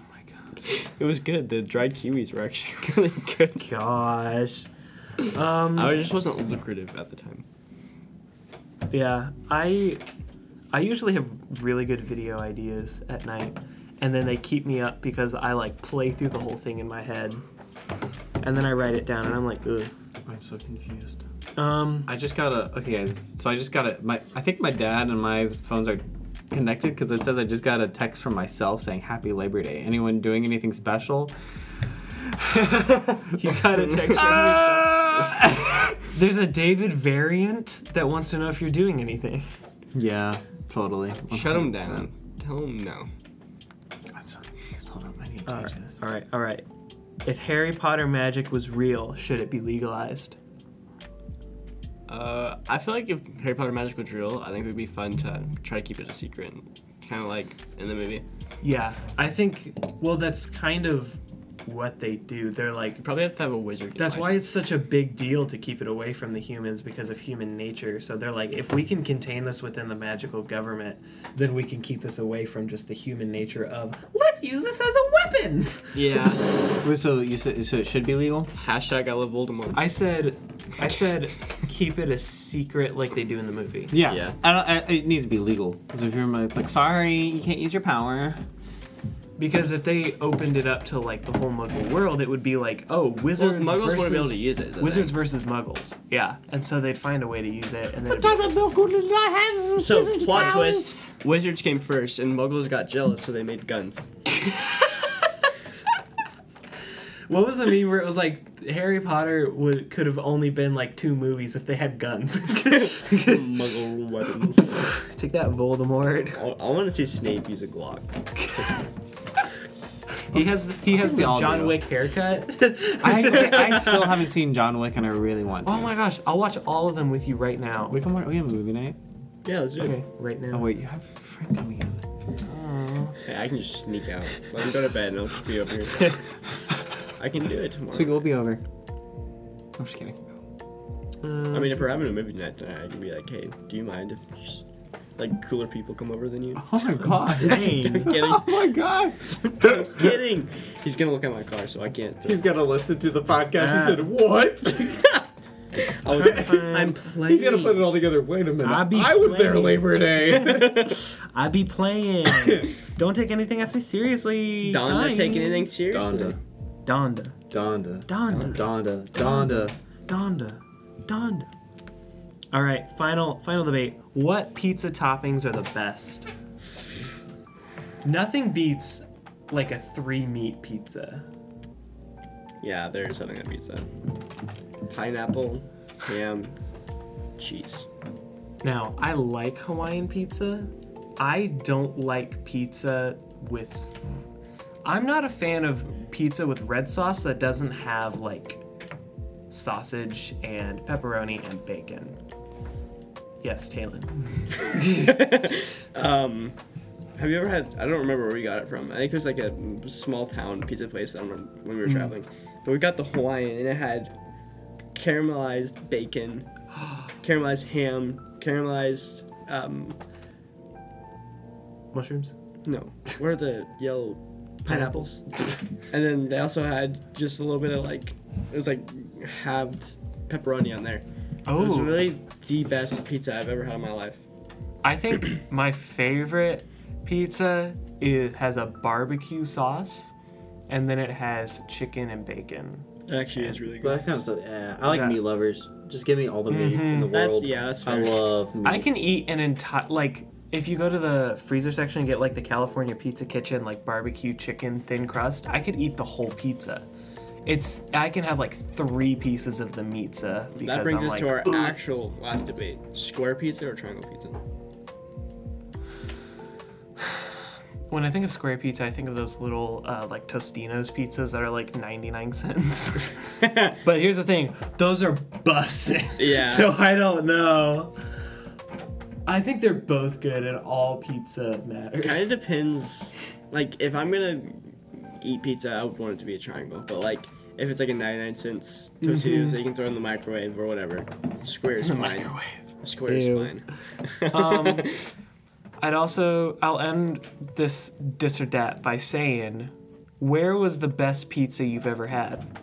[SPEAKER 2] It was good. The dried kiwis were actually really good.
[SPEAKER 3] Gosh. Um.
[SPEAKER 2] I just wasn't lucrative at the time.
[SPEAKER 3] Yeah, I I usually have really good video ideas at night and then they keep me up because I like play through the whole thing in my head. And then I write it down and I'm like, Ugh.
[SPEAKER 1] I'm so confused.
[SPEAKER 3] Um
[SPEAKER 1] I just got a okay guys. So I just got a my I think my dad and my phones are connected because it says I just got a text from myself saying Happy Labor Day. Anyone doing anything special?
[SPEAKER 3] you got a text from me. There's a David variant that wants to know if you're doing anything.
[SPEAKER 1] yeah, totally.
[SPEAKER 2] Shut him down. Tell him no.
[SPEAKER 1] I'm so confused. Hold up, I need to
[SPEAKER 3] All
[SPEAKER 1] change
[SPEAKER 3] right,
[SPEAKER 1] this.
[SPEAKER 3] all right, all right. If Harry Potter magic was real, should it be legalized?
[SPEAKER 2] Uh, I feel like if Harry Potter Magical Drill, I think it would be fun to try to keep it a secret, kind of like in the movie.
[SPEAKER 3] Yeah, I think. Well, that's kind of what they do. They're like
[SPEAKER 2] You probably have to have a wizard. get
[SPEAKER 3] That's why
[SPEAKER 2] licensed.
[SPEAKER 3] it's such a big deal to keep it away from the humans because of human nature. So they're like, if we can contain this within the magical government, then we can keep this away from just the human nature of let's use this as a weapon.
[SPEAKER 2] yeah.
[SPEAKER 1] Wait, so you said so it should be legal?
[SPEAKER 2] Hashtag I love Voldemort.
[SPEAKER 3] I said, I said, keep it a secret like they do in the movie.
[SPEAKER 1] Yeah.
[SPEAKER 2] Yeah.
[SPEAKER 1] I don't, I, it needs to be legal because if you're it's like sorry you can't use your power.
[SPEAKER 3] Because if they opened it up to like the whole Muggle world, it would be like, oh,
[SPEAKER 2] well,
[SPEAKER 3] wizards
[SPEAKER 2] Muggles
[SPEAKER 3] versus
[SPEAKER 2] wouldn't be able to use it. is the
[SPEAKER 3] wizards
[SPEAKER 2] thing.
[SPEAKER 3] versus Muggles. Yeah, and so they'd find a way to use it, and then it'd be-
[SPEAKER 2] So plot twist: Wizards came first, and Muggles got jealous, so they made guns.
[SPEAKER 3] What was the meme where it was like Harry Potter would could have only been like two movies if they had guns?
[SPEAKER 2] Muggle weapons.
[SPEAKER 3] Take that, Voldemort.
[SPEAKER 2] I, want to see Snape use a Glock.
[SPEAKER 3] He has he has
[SPEAKER 1] we
[SPEAKER 3] the
[SPEAKER 1] all
[SPEAKER 3] John
[SPEAKER 1] do.
[SPEAKER 3] Wick haircut.
[SPEAKER 1] I, I still haven't seen John Wick and I really want to.
[SPEAKER 3] oh my gosh! I'll watch all of them with you right now.
[SPEAKER 1] We can wa- we have a movie night.
[SPEAKER 2] Yeah, let's do it.
[SPEAKER 3] Okay, right
[SPEAKER 1] Oh
[SPEAKER 3] now.
[SPEAKER 1] wait, you have Frank coming in.
[SPEAKER 2] Hey, I can just sneak out. Let me go to bed and I'll just be over here. I can do it tomorrow.
[SPEAKER 1] Sweet, we'll be over. I'm just kidding.
[SPEAKER 2] I mean, if we're having a movie night tonight, I can be like, hey, do you mind if just, like cooler people come over than you?
[SPEAKER 1] Oh my gosh.
[SPEAKER 2] I'm kidding.
[SPEAKER 1] oh my gosh.
[SPEAKER 2] I'm kidding. He's gonna look at my car, so I can't.
[SPEAKER 6] He's gonna listen to the podcast.
[SPEAKER 3] Ah.
[SPEAKER 6] He said, "What?"
[SPEAKER 2] I was, I'm playing.
[SPEAKER 6] He's gonna put it all together. Wait a minute.
[SPEAKER 3] I'll be
[SPEAKER 6] I was there
[SPEAKER 3] playing.
[SPEAKER 6] Labor Day.
[SPEAKER 3] I be playing. Don't take anything I say seriously.
[SPEAKER 2] Don not
[SPEAKER 3] Guys.
[SPEAKER 2] taking anything seriously.
[SPEAKER 6] Donda,
[SPEAKER 3] Donda.
[SPEAKER 6] Donda,
[SPEAKER 3] Donda.
[SPEAKER 6] Donda, Donda.
[SPEAKER 3] Donda. Donda. All right, final final debate. What pizza toppings are the best? Nothing beats like a three meat pizza.
[SPEAKER 2] Yeah, there is something that beats that. Pineapple, ham, cheese.
[SPEAKER 3] Now, I like Hawaiian pizza. I don't like pizza with I'm not a fan of pizza with red sauce that doesn't have like sausage and pepperoni and bacon. Yes, Talon.
[SPEAKER 2] um, have you ever had? I don't remember where we got it from. I think it was like a small town pizza place. I don't remember when we were traveling, but we got the Hawaiian and it had caramelized bacon, caramelized ham, caramelized um,
[SPEAKER 3] Mushrooms?
[SPEAKER 2] no, what are the yellow pineapples? and then they also had just a little bit of like it was like halved pepperoni on there. It was
[SPEAKER 3] Oh.
[SPEAKER 2] really the best pizza I've ever had in my life.
[SPEAKER 3] I think my favorite pizza is has a barbecue sauce, and then it has chicken and bacon.
[SPEAKER 2] It actually is really
[SPEAKER 6] But that kind of stuff. Yeah, I like
[SPEAKER 3] Yeah.
[SPEAKER 6] meat lovers. Just give me all the meat in the world.
[SPEAKER 2] That's- yeah, that's
[SPEAKER 6] I
[SPEAKER 2] fair.
[SPEAKER 6] love meat.
[SPEAKER 3] I can eat an entire like if you go to the freezer section and get like the California Pizza Kitchen like barbecue chicken thin crust, I could eat the whole pizza. It's I can have like three pieces of the pizza. because
[SPEAKER 2] That brings
[SPEAKER 3] I'm
[SPEAKER 2] us
[SPEAKER 3] like,
[SPEAKER 2] to our actual last debate: square pizza or triangle pizza?
[SPEAKER 3] When I think of square pizza, I think of those little uh, like Tostinos pizzas that are like 99 cents. but here's the thing, those are busted.
[SPEAKER 2] Yeah.
[SPEAKER 3] so I don't know. I think they're both good and all pizza matters.
[SPEAKER 2] Kind of depends. Like, if I'm gonna eat pizza, I would want it to be a triangle. But like, if it's like a 99 cents Tostitos
[SPEAKER 3] Mm-hmm.
[SPEAKER 2] that you can throw in the microwave or whatever, square is fine. Square is
[SPEAKER 3] Ew.
[SPEAKER 2] fine.
[SPEAKER 3] Um, I'd also I'll end this dis or dat by saying, where was the best pizza you've ever had?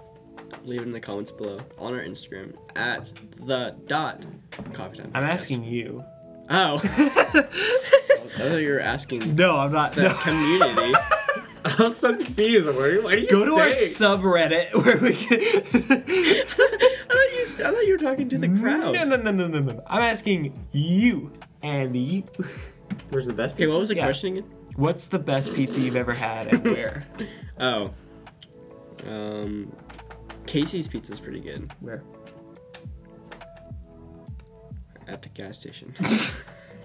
[SPEAKER 2] Leave it in the comments below on our Instagram at the dot coffee time.
[SPEAKER 3] I'm
[SPEAKER 2] Podcast.
[SPEAKER 3] asking you.
[SPEAKER 2] Oh. I thought you were asking
[SPEAKER 3] No, I'm not.
[SPEAKER 2] the
[SPEAKER 3] No.
[SPEAKER 2] community.
[SPEAKER 6] I'm so confused. I'm like, what are you
[SPEAKER 3] Go to our
[SPEAKER 6] saying?
[SPEAKER 3] subreddit where we can.
[SPEAKER 2] I thought you. s- I thought you were talking to the crowd.
[SPEAKER 3] No, no, no, no, no, no. I'm asking you, Andy. you.
[SPEAKER 6] Where's the best
[SPEAKER 2] Okay,
[SPEAKER 6] pizza?
[SPEAKER 2] what was the
[SPEAKER 3] Yeah.
[SPEAKER 2] question again?
[SPEAKER 3] What's the best pizza you've ever had and where?
[SPEAKER 2] Oh. Um, Casey's pizza's pretty good
[SPEAKER 3] Where?
[SPEAKER 2] at the gas station.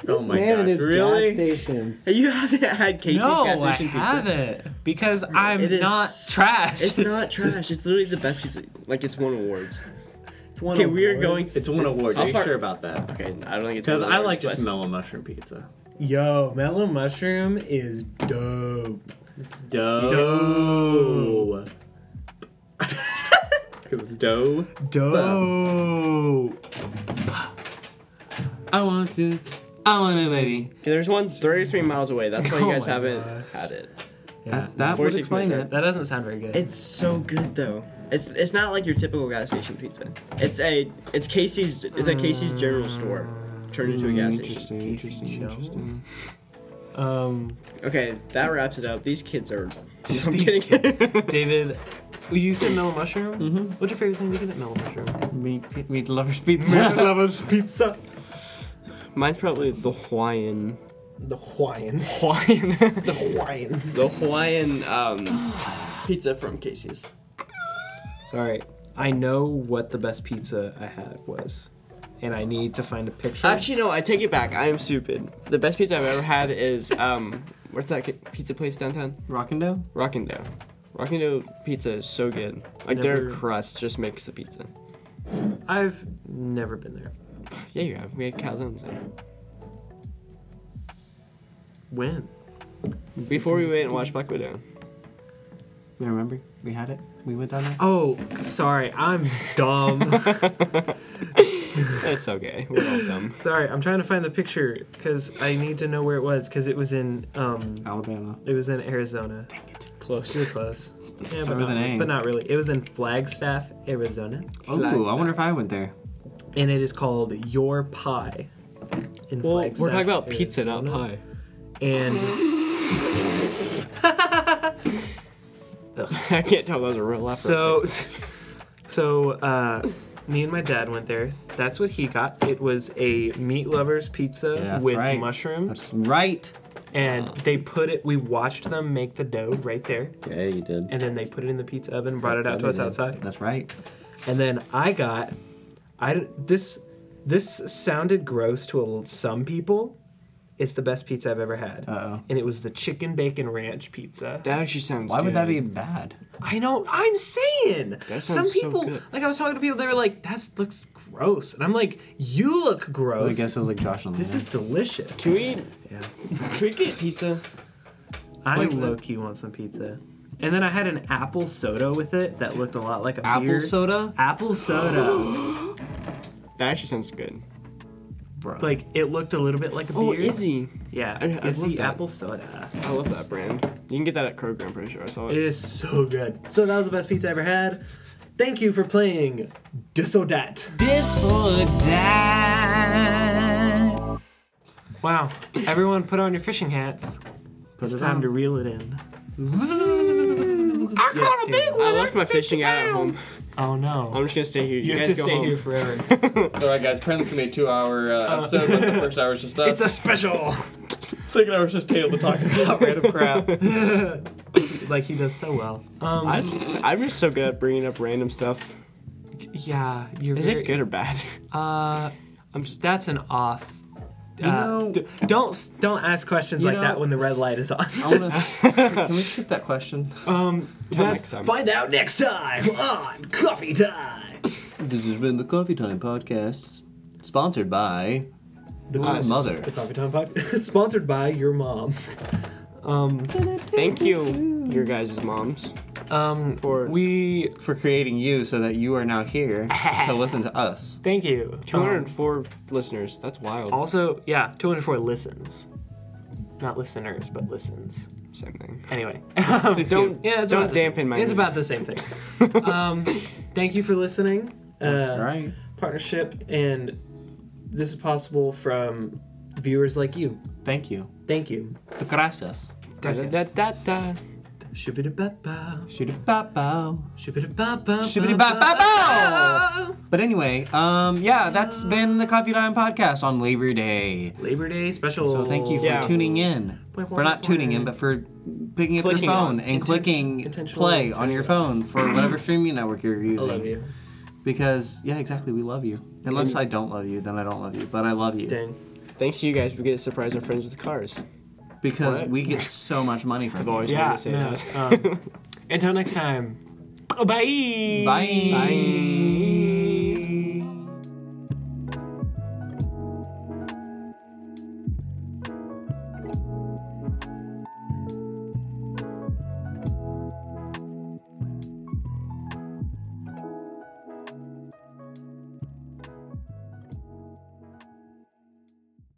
[SPEAKER 6] oh my gosh, really?
[SPEAKER 1] stations.
[SPEAKER 2] you haven't had Casey's
[SPEAKER 3] No,
[SPEAKER 2] gas
[SPEAKER 3] I
[SPEAKER 2] station pizza.
[SPEAKER 3] haven't because I'm
[SPEAKER 2] It is-
[SPEAKER 3] not trash.
[SPEAKER 2] It's not trash. It's literally the best pizza. Like it's won awards.
[SPEAKER 3] It's one
[SPEAKER 2] Okay,
[SPEAKER 3] of
[SPEAKER 2] we are
[SPEAKER 3] yours.
[SPEAKER 2] going.
[SPEAKER 6] It's one award. Are
[SPEAKER 2] How
[SPEAKER 6] you
[SPEAKER 2] far-
[SPEAKER 6] sure about that?
[SPEAKER 2] Okay, I don't think it's
[SPEAKER 6] Because
[SPEAKER 2] won
[SPEAKER 6] I
[SPEAKER 2] awards,
[SPEAKER 6] like just
[SPEAKER 2] but-
[SPEAKER 6] mellow mushroom pizza.
[SPEAKER 3] Yo, mellow mushroom is dope.
[SPEAKER 6] It's dough. Because it's dough.
[SPEAKER 3] Dope.
[SPEAKER 1] I want to. I want to, baby.
[SPEAKER 2] Okay, there's one 33 miles away. That's why
[SPEAKER 3] Oh
[SPEAKER 2] you guys
[SPEAKER 3] my
[SPEAKER 2] haven't
[SPEAKER 3] gosh.
[SPEAKER 2] had it.
[SPEAKER 1] That, that would
[SPEAKER 2] 46
[SPEAKER 1] explain
[SPEAKER 2] minute.
[SPEAKER 1] it.
[SPEAKER 3] That doesn't sound very good.
[SPEAKER 2] It's so good though. It's it's not like your typical gas station pizza. It's a it's Casey's. It's a Casey's General Store turned into a
[SPEAKER 3] Mm,
[SPEAKER 2] gas station.
[SPEAKER 1] Interesting, interesting,
[SPEAKER 3] Casey Jones.
[SPEAKER 1] interesting.
[SPEAKER 3] um,
[SPEAKER 2] Okay, that wraps it up. These kids are. I'm
[SPEAKER 3] These
[SPEAKER 2] kidding.
[SPEAKER 3] David, you said mellow mushroom. Mm-hmm. What's your favorite thing to get at mellow mushroom?
[SPEAKER 1] Meat, meat lovers pizza.
[SPEAKER 3] lovers pizza.
[SPEAKER 2] Mine's probably the Hawaiian.
[SPEAKER 3] The Hawaiian.
[SPEAKER 2] Hawaiian.
[SPEAKER 3] The Hawaiian.
[SPEAKER 2] the Hawaiian um, pizza from Casey's.
[SPEAKER 3] Sorry, I know what the best pizza I had was, and I need to find a picture.
[SPEAKER 2] Actually, no, I take it back. I am stupid. The best pizza I've ever had is um, what's that ki- pizza place downtown?
[SPEAKER 1] Rockin' dough?
[SPEAKER 2] Rockin' Dough. Rockin' Dough pizza is so good. Like their
[SPEAKER 3] Never-
[SPEAKER 2] crust just makes the pizza.
[SPEAKER 3] I've never been there.
[SPEAKER 2] Yeah, you have. We had calzones. There.
[SPEAKER 3] When?
[SPEAKER 2] Before we went and watched Black Widow.
[SPEAKER 1] You remember? We had it. We went down there.
[SPEAKER 3] Oh, sorry, I'm dumb.
[SPEAKER 2] It's okay. We're all dumb.
[SPEAKER 3] sorry, I'm trying to find the picture because I need to know where it was because it was in um,
[SPEAKER 1] Alabama.
[SPEAKER 3] it was in Arizona.
[SPEAKER 2] Close.
[SPEAKER 3] Too close. Yeah, but
[SPEAKER 1] Start with an
[SPEAKER 3] not,
[SPEAKER 1] A.
[SPEAKER 3] but not really. It was in Flagstaff, Arizona,
[SPEAKER 1] Oh, I wonder if I went there.
[SPEAKER 3] and it is called Your Pie. In
[SPEAKER 2] Well, we're talking about
[SPEAKER 3] Arizona.
[SPEAKER 2] pizza, not pie.
[SPEAKER 3] And
[SPEAKER 2] I can't tell those are real laugh.
[SPEAKER 3] so, so uh, me and my dad went there. That's what he got. It was a meat lovers pizza
[SPEAKER 1] Yeah, that's
[SPEAKER 3] with
[SPEAKER 1] right.
[SPEAKER 3] mushrooms,
[SPEAKER 1] That's right.
[SPEAKER 3] and they put it. We watched them make the dough right there,
[SPEAKER 6] Yeah, you did.
[SPEAKER 3] and then they put it in the pizza oven, and brought it out to us outside.
[SPEAKER 1] That's right.
[SPEAKER 3] And then I got, I d- this this sounded gross to a, some people. It's the best pizza I've ever had,
[SPEAKER 1] Uh-oh.
[SPEAKER 3] and it was the chicken bacon ranch pizza.
[SPEAKER 2] That actually sounds.
[SPEAKER 1] Why would that be
[SPEAKER 2] good.
[SPEAKER 1] bad?
[SPEAKER 3] I know. I'm saying
[SPEAKER 2] That
[SPEAKER 3] some
[SPEAKER 2] sounds so
[SPEAKER 3] people
[SPEAKER 2] good.
[SPEAKER 3] like I was talking to people. They were like, "That looks gross," and I'm like, "You look
[SPEAKER 1] I
[SPEAKER 3] gross.
[SPEAKER 1] guess it was like Josh on the
[SPEAKER 3] this is delicious."
[SPEAKER 2] Can we?
[SPEAKER 3] Yeah.
[SPEAKER 2] Can we get pizza?
[SPEAKER 3] I
[SPEAKER 2] Like that.
[SPEAKER 3] low key want some pizza. And then I had an apple soda with it that looked a lot like a
[SPEAKER 1] apple
[SPEAKER 3] beer.
[SPEAKER 1] soda.
[SPEAKER 3] Apple soda.
[SPEAKER 2] That actually sounds good.
[SPEAKER 1] Bro.
[SPEAKER 3] like it looked a little bit like a
[SPEAKER 2] Oh,
[SPEAKER 3] beer.
[SPEAKER 2] Izzy.
[SPEAKER 3] Yeah,
[SPEAKER 2] I- I love
[SPEAKER 3] it's the
[SPEAKER 2] that.
[SPEAKER 3] apple soda.
[SPEAKER 2] I love that brand. You can get that at Kroger. I'm pretty sure. I saw
[SPEAKER 3] It
[SPEAKER 2] it.
[SPEAKER 3] is so good. So that was the best pizza I ever had. Thank you for playing Disodat.
[SPEAKER 1] this or that.
[SPEAKER 3] Wow. Everyone put on your fishing hats. it's
[SPEAKER 1] it
[SPEAKER 3] time
[SPEAKER 1] on.
[SPEAKER 3] to reel it in.
[SPEAKER 1] I
[SPEAKER 3] Yes, Taylor.
[SPEAKER 2] I left my fishing out at home.
[SPEAKER 3] Oh
[SPEAKER 2] I'm
[SPEAKER 3] no.
[SPEAKER 2] just gonna stay here. You,
[SPEAKER 3] You have
[SPEAKER 2] guys
[SPEAKER 3] to
[SPEAKER 2] go
[SPEAKER 3] stay
[SPEAKER 2] home.
[SPEAKER 3] here forever.
[SPEAKER 6] All right, guys. Friends can be a two-hour uh, episode. but the first hour is just us.
[SPEAKER 3] it's a special.
[SPEAKER 6] second hour is just Taylor talking about random crap.
[SPEAKER 3] like he does so well. Um
[SPEAKER 2] I, I'm just so good at bringing up random stuff.
[SPEAKER 3] yeah, you're
[SPEAKER 2] Is
[SPEAKER 3] very
[SPEAKER 2] it good or bad?
[SPEAKER 3] Uh I'm just that's an off. uh,
[SPEAKER 1] know-
[SPEAKER 3] d- don't s- don't ask questions
[SPEAKER 1] You
[SPEAKER 3] like
[SPEAKER 1] know,
[SPEAKER 3] that when the red light is on.
[SPEAKER 1] I wanna s- Can we skip that question?
[SPEAKER 3] um,
[SPEAKER 2] Till
[SPEAKER 3] that's-
[SPEAKER 2] next time.
[SPEAKER 3] find out next time on Coffee Time.
[SPEAKER 1] This has been the Coffee Time podcast, sponsored by
[SPEAKER 3] The
[SPEAKER 1] my mother.
[SPEAKER 3] The Coffee Time podcast, sponsored by your mom. Um,
[SPEAKER 2] Thank you, your guys' moms.
[SPEAKER 3] um,
[SPEAKER 2] For-
[SPEAKER 3] we
[SPEAKER 1] for creating you, so that you are now here to listen to us.
[SPEAKER 3] thank you. Um,
[SPEAKER 2] 204 listeners. That's wild.
[SPEAKER 3] also, yeah, 204 listens, not listeners, but listens.
[SPEAKER 2] Same thing.
[SPEAKER 3] Anyway,
[SPEAKER 2] Don't
[SPEAKER 3] yeah,
[SPEAKER 2] don't
[SPEAKER 3] it's about the same-
[SPEAKER 2] dampen my.
[SPEAKER 3] It's about the same thing. um, thank you for listening. Uh,
[SPEAKER 1] Right.
[SPEAKER 3] partnership and this is possible from viewers like you.
[SPEAKER 1] Thank you.
[SPEAKER 3] Thank you.
[SPEAKER 1] Gracias.
[SPEAKER 2] da, da, da, da.
[SPEAKER 3] Shibidi-bop-bop,
[SPEAKER 1] Shoo-doo-bop-bow.
[SPEAKER 3] shibidi-bop-bop,
[SPEAKER 1] Shoo-bidi-bop-bop-bow. But anyway, um, yeah, that's been the Coffee Time podcast on Labor Day.
[SPEAKER 3] Labor Day special.
[SPEAKER 1] So thank you for
[SPEAKER 2] Yeah.
[SPEAKER 1] tuning in. For not tuning in, but for picking up
[SPEAKER 2] Clicking
[SPEAKER 1] your phone
[SPEAKER 2] on-
[SPEAKER 1] and clicking
[SPEAKER 3] intentional-
[SPEAKER 1] play on your phone for whatever streaming network you're
[SPEAKER 3] I
[SPEAKER 1] using.
[SPEAKER 3] love you.
[SPEAKER 1] Because yeah, exactly, we love you. Unless I don't love you, then I don't love you. But I love you
[SPEAKER 3] Dang.
[SPEAKER 2] Thanks to you guys, we get to surprise our friends with cars.
[SPEAKER 1] because
[SPEAKER 3] What?
[SPEAKER 1] we get so much money from
[SPEAKER 2] I've
[SPEAKER 1] you.
[SPEAKER 2] always wanted to say
[SPEAKER 3] Yeah. No,
[SPEAKER 2] that.
[SPEAKER 3] um, until next time. Bye.
[SPEAKER 1] Bye.
[SPEAKER 2] Bye.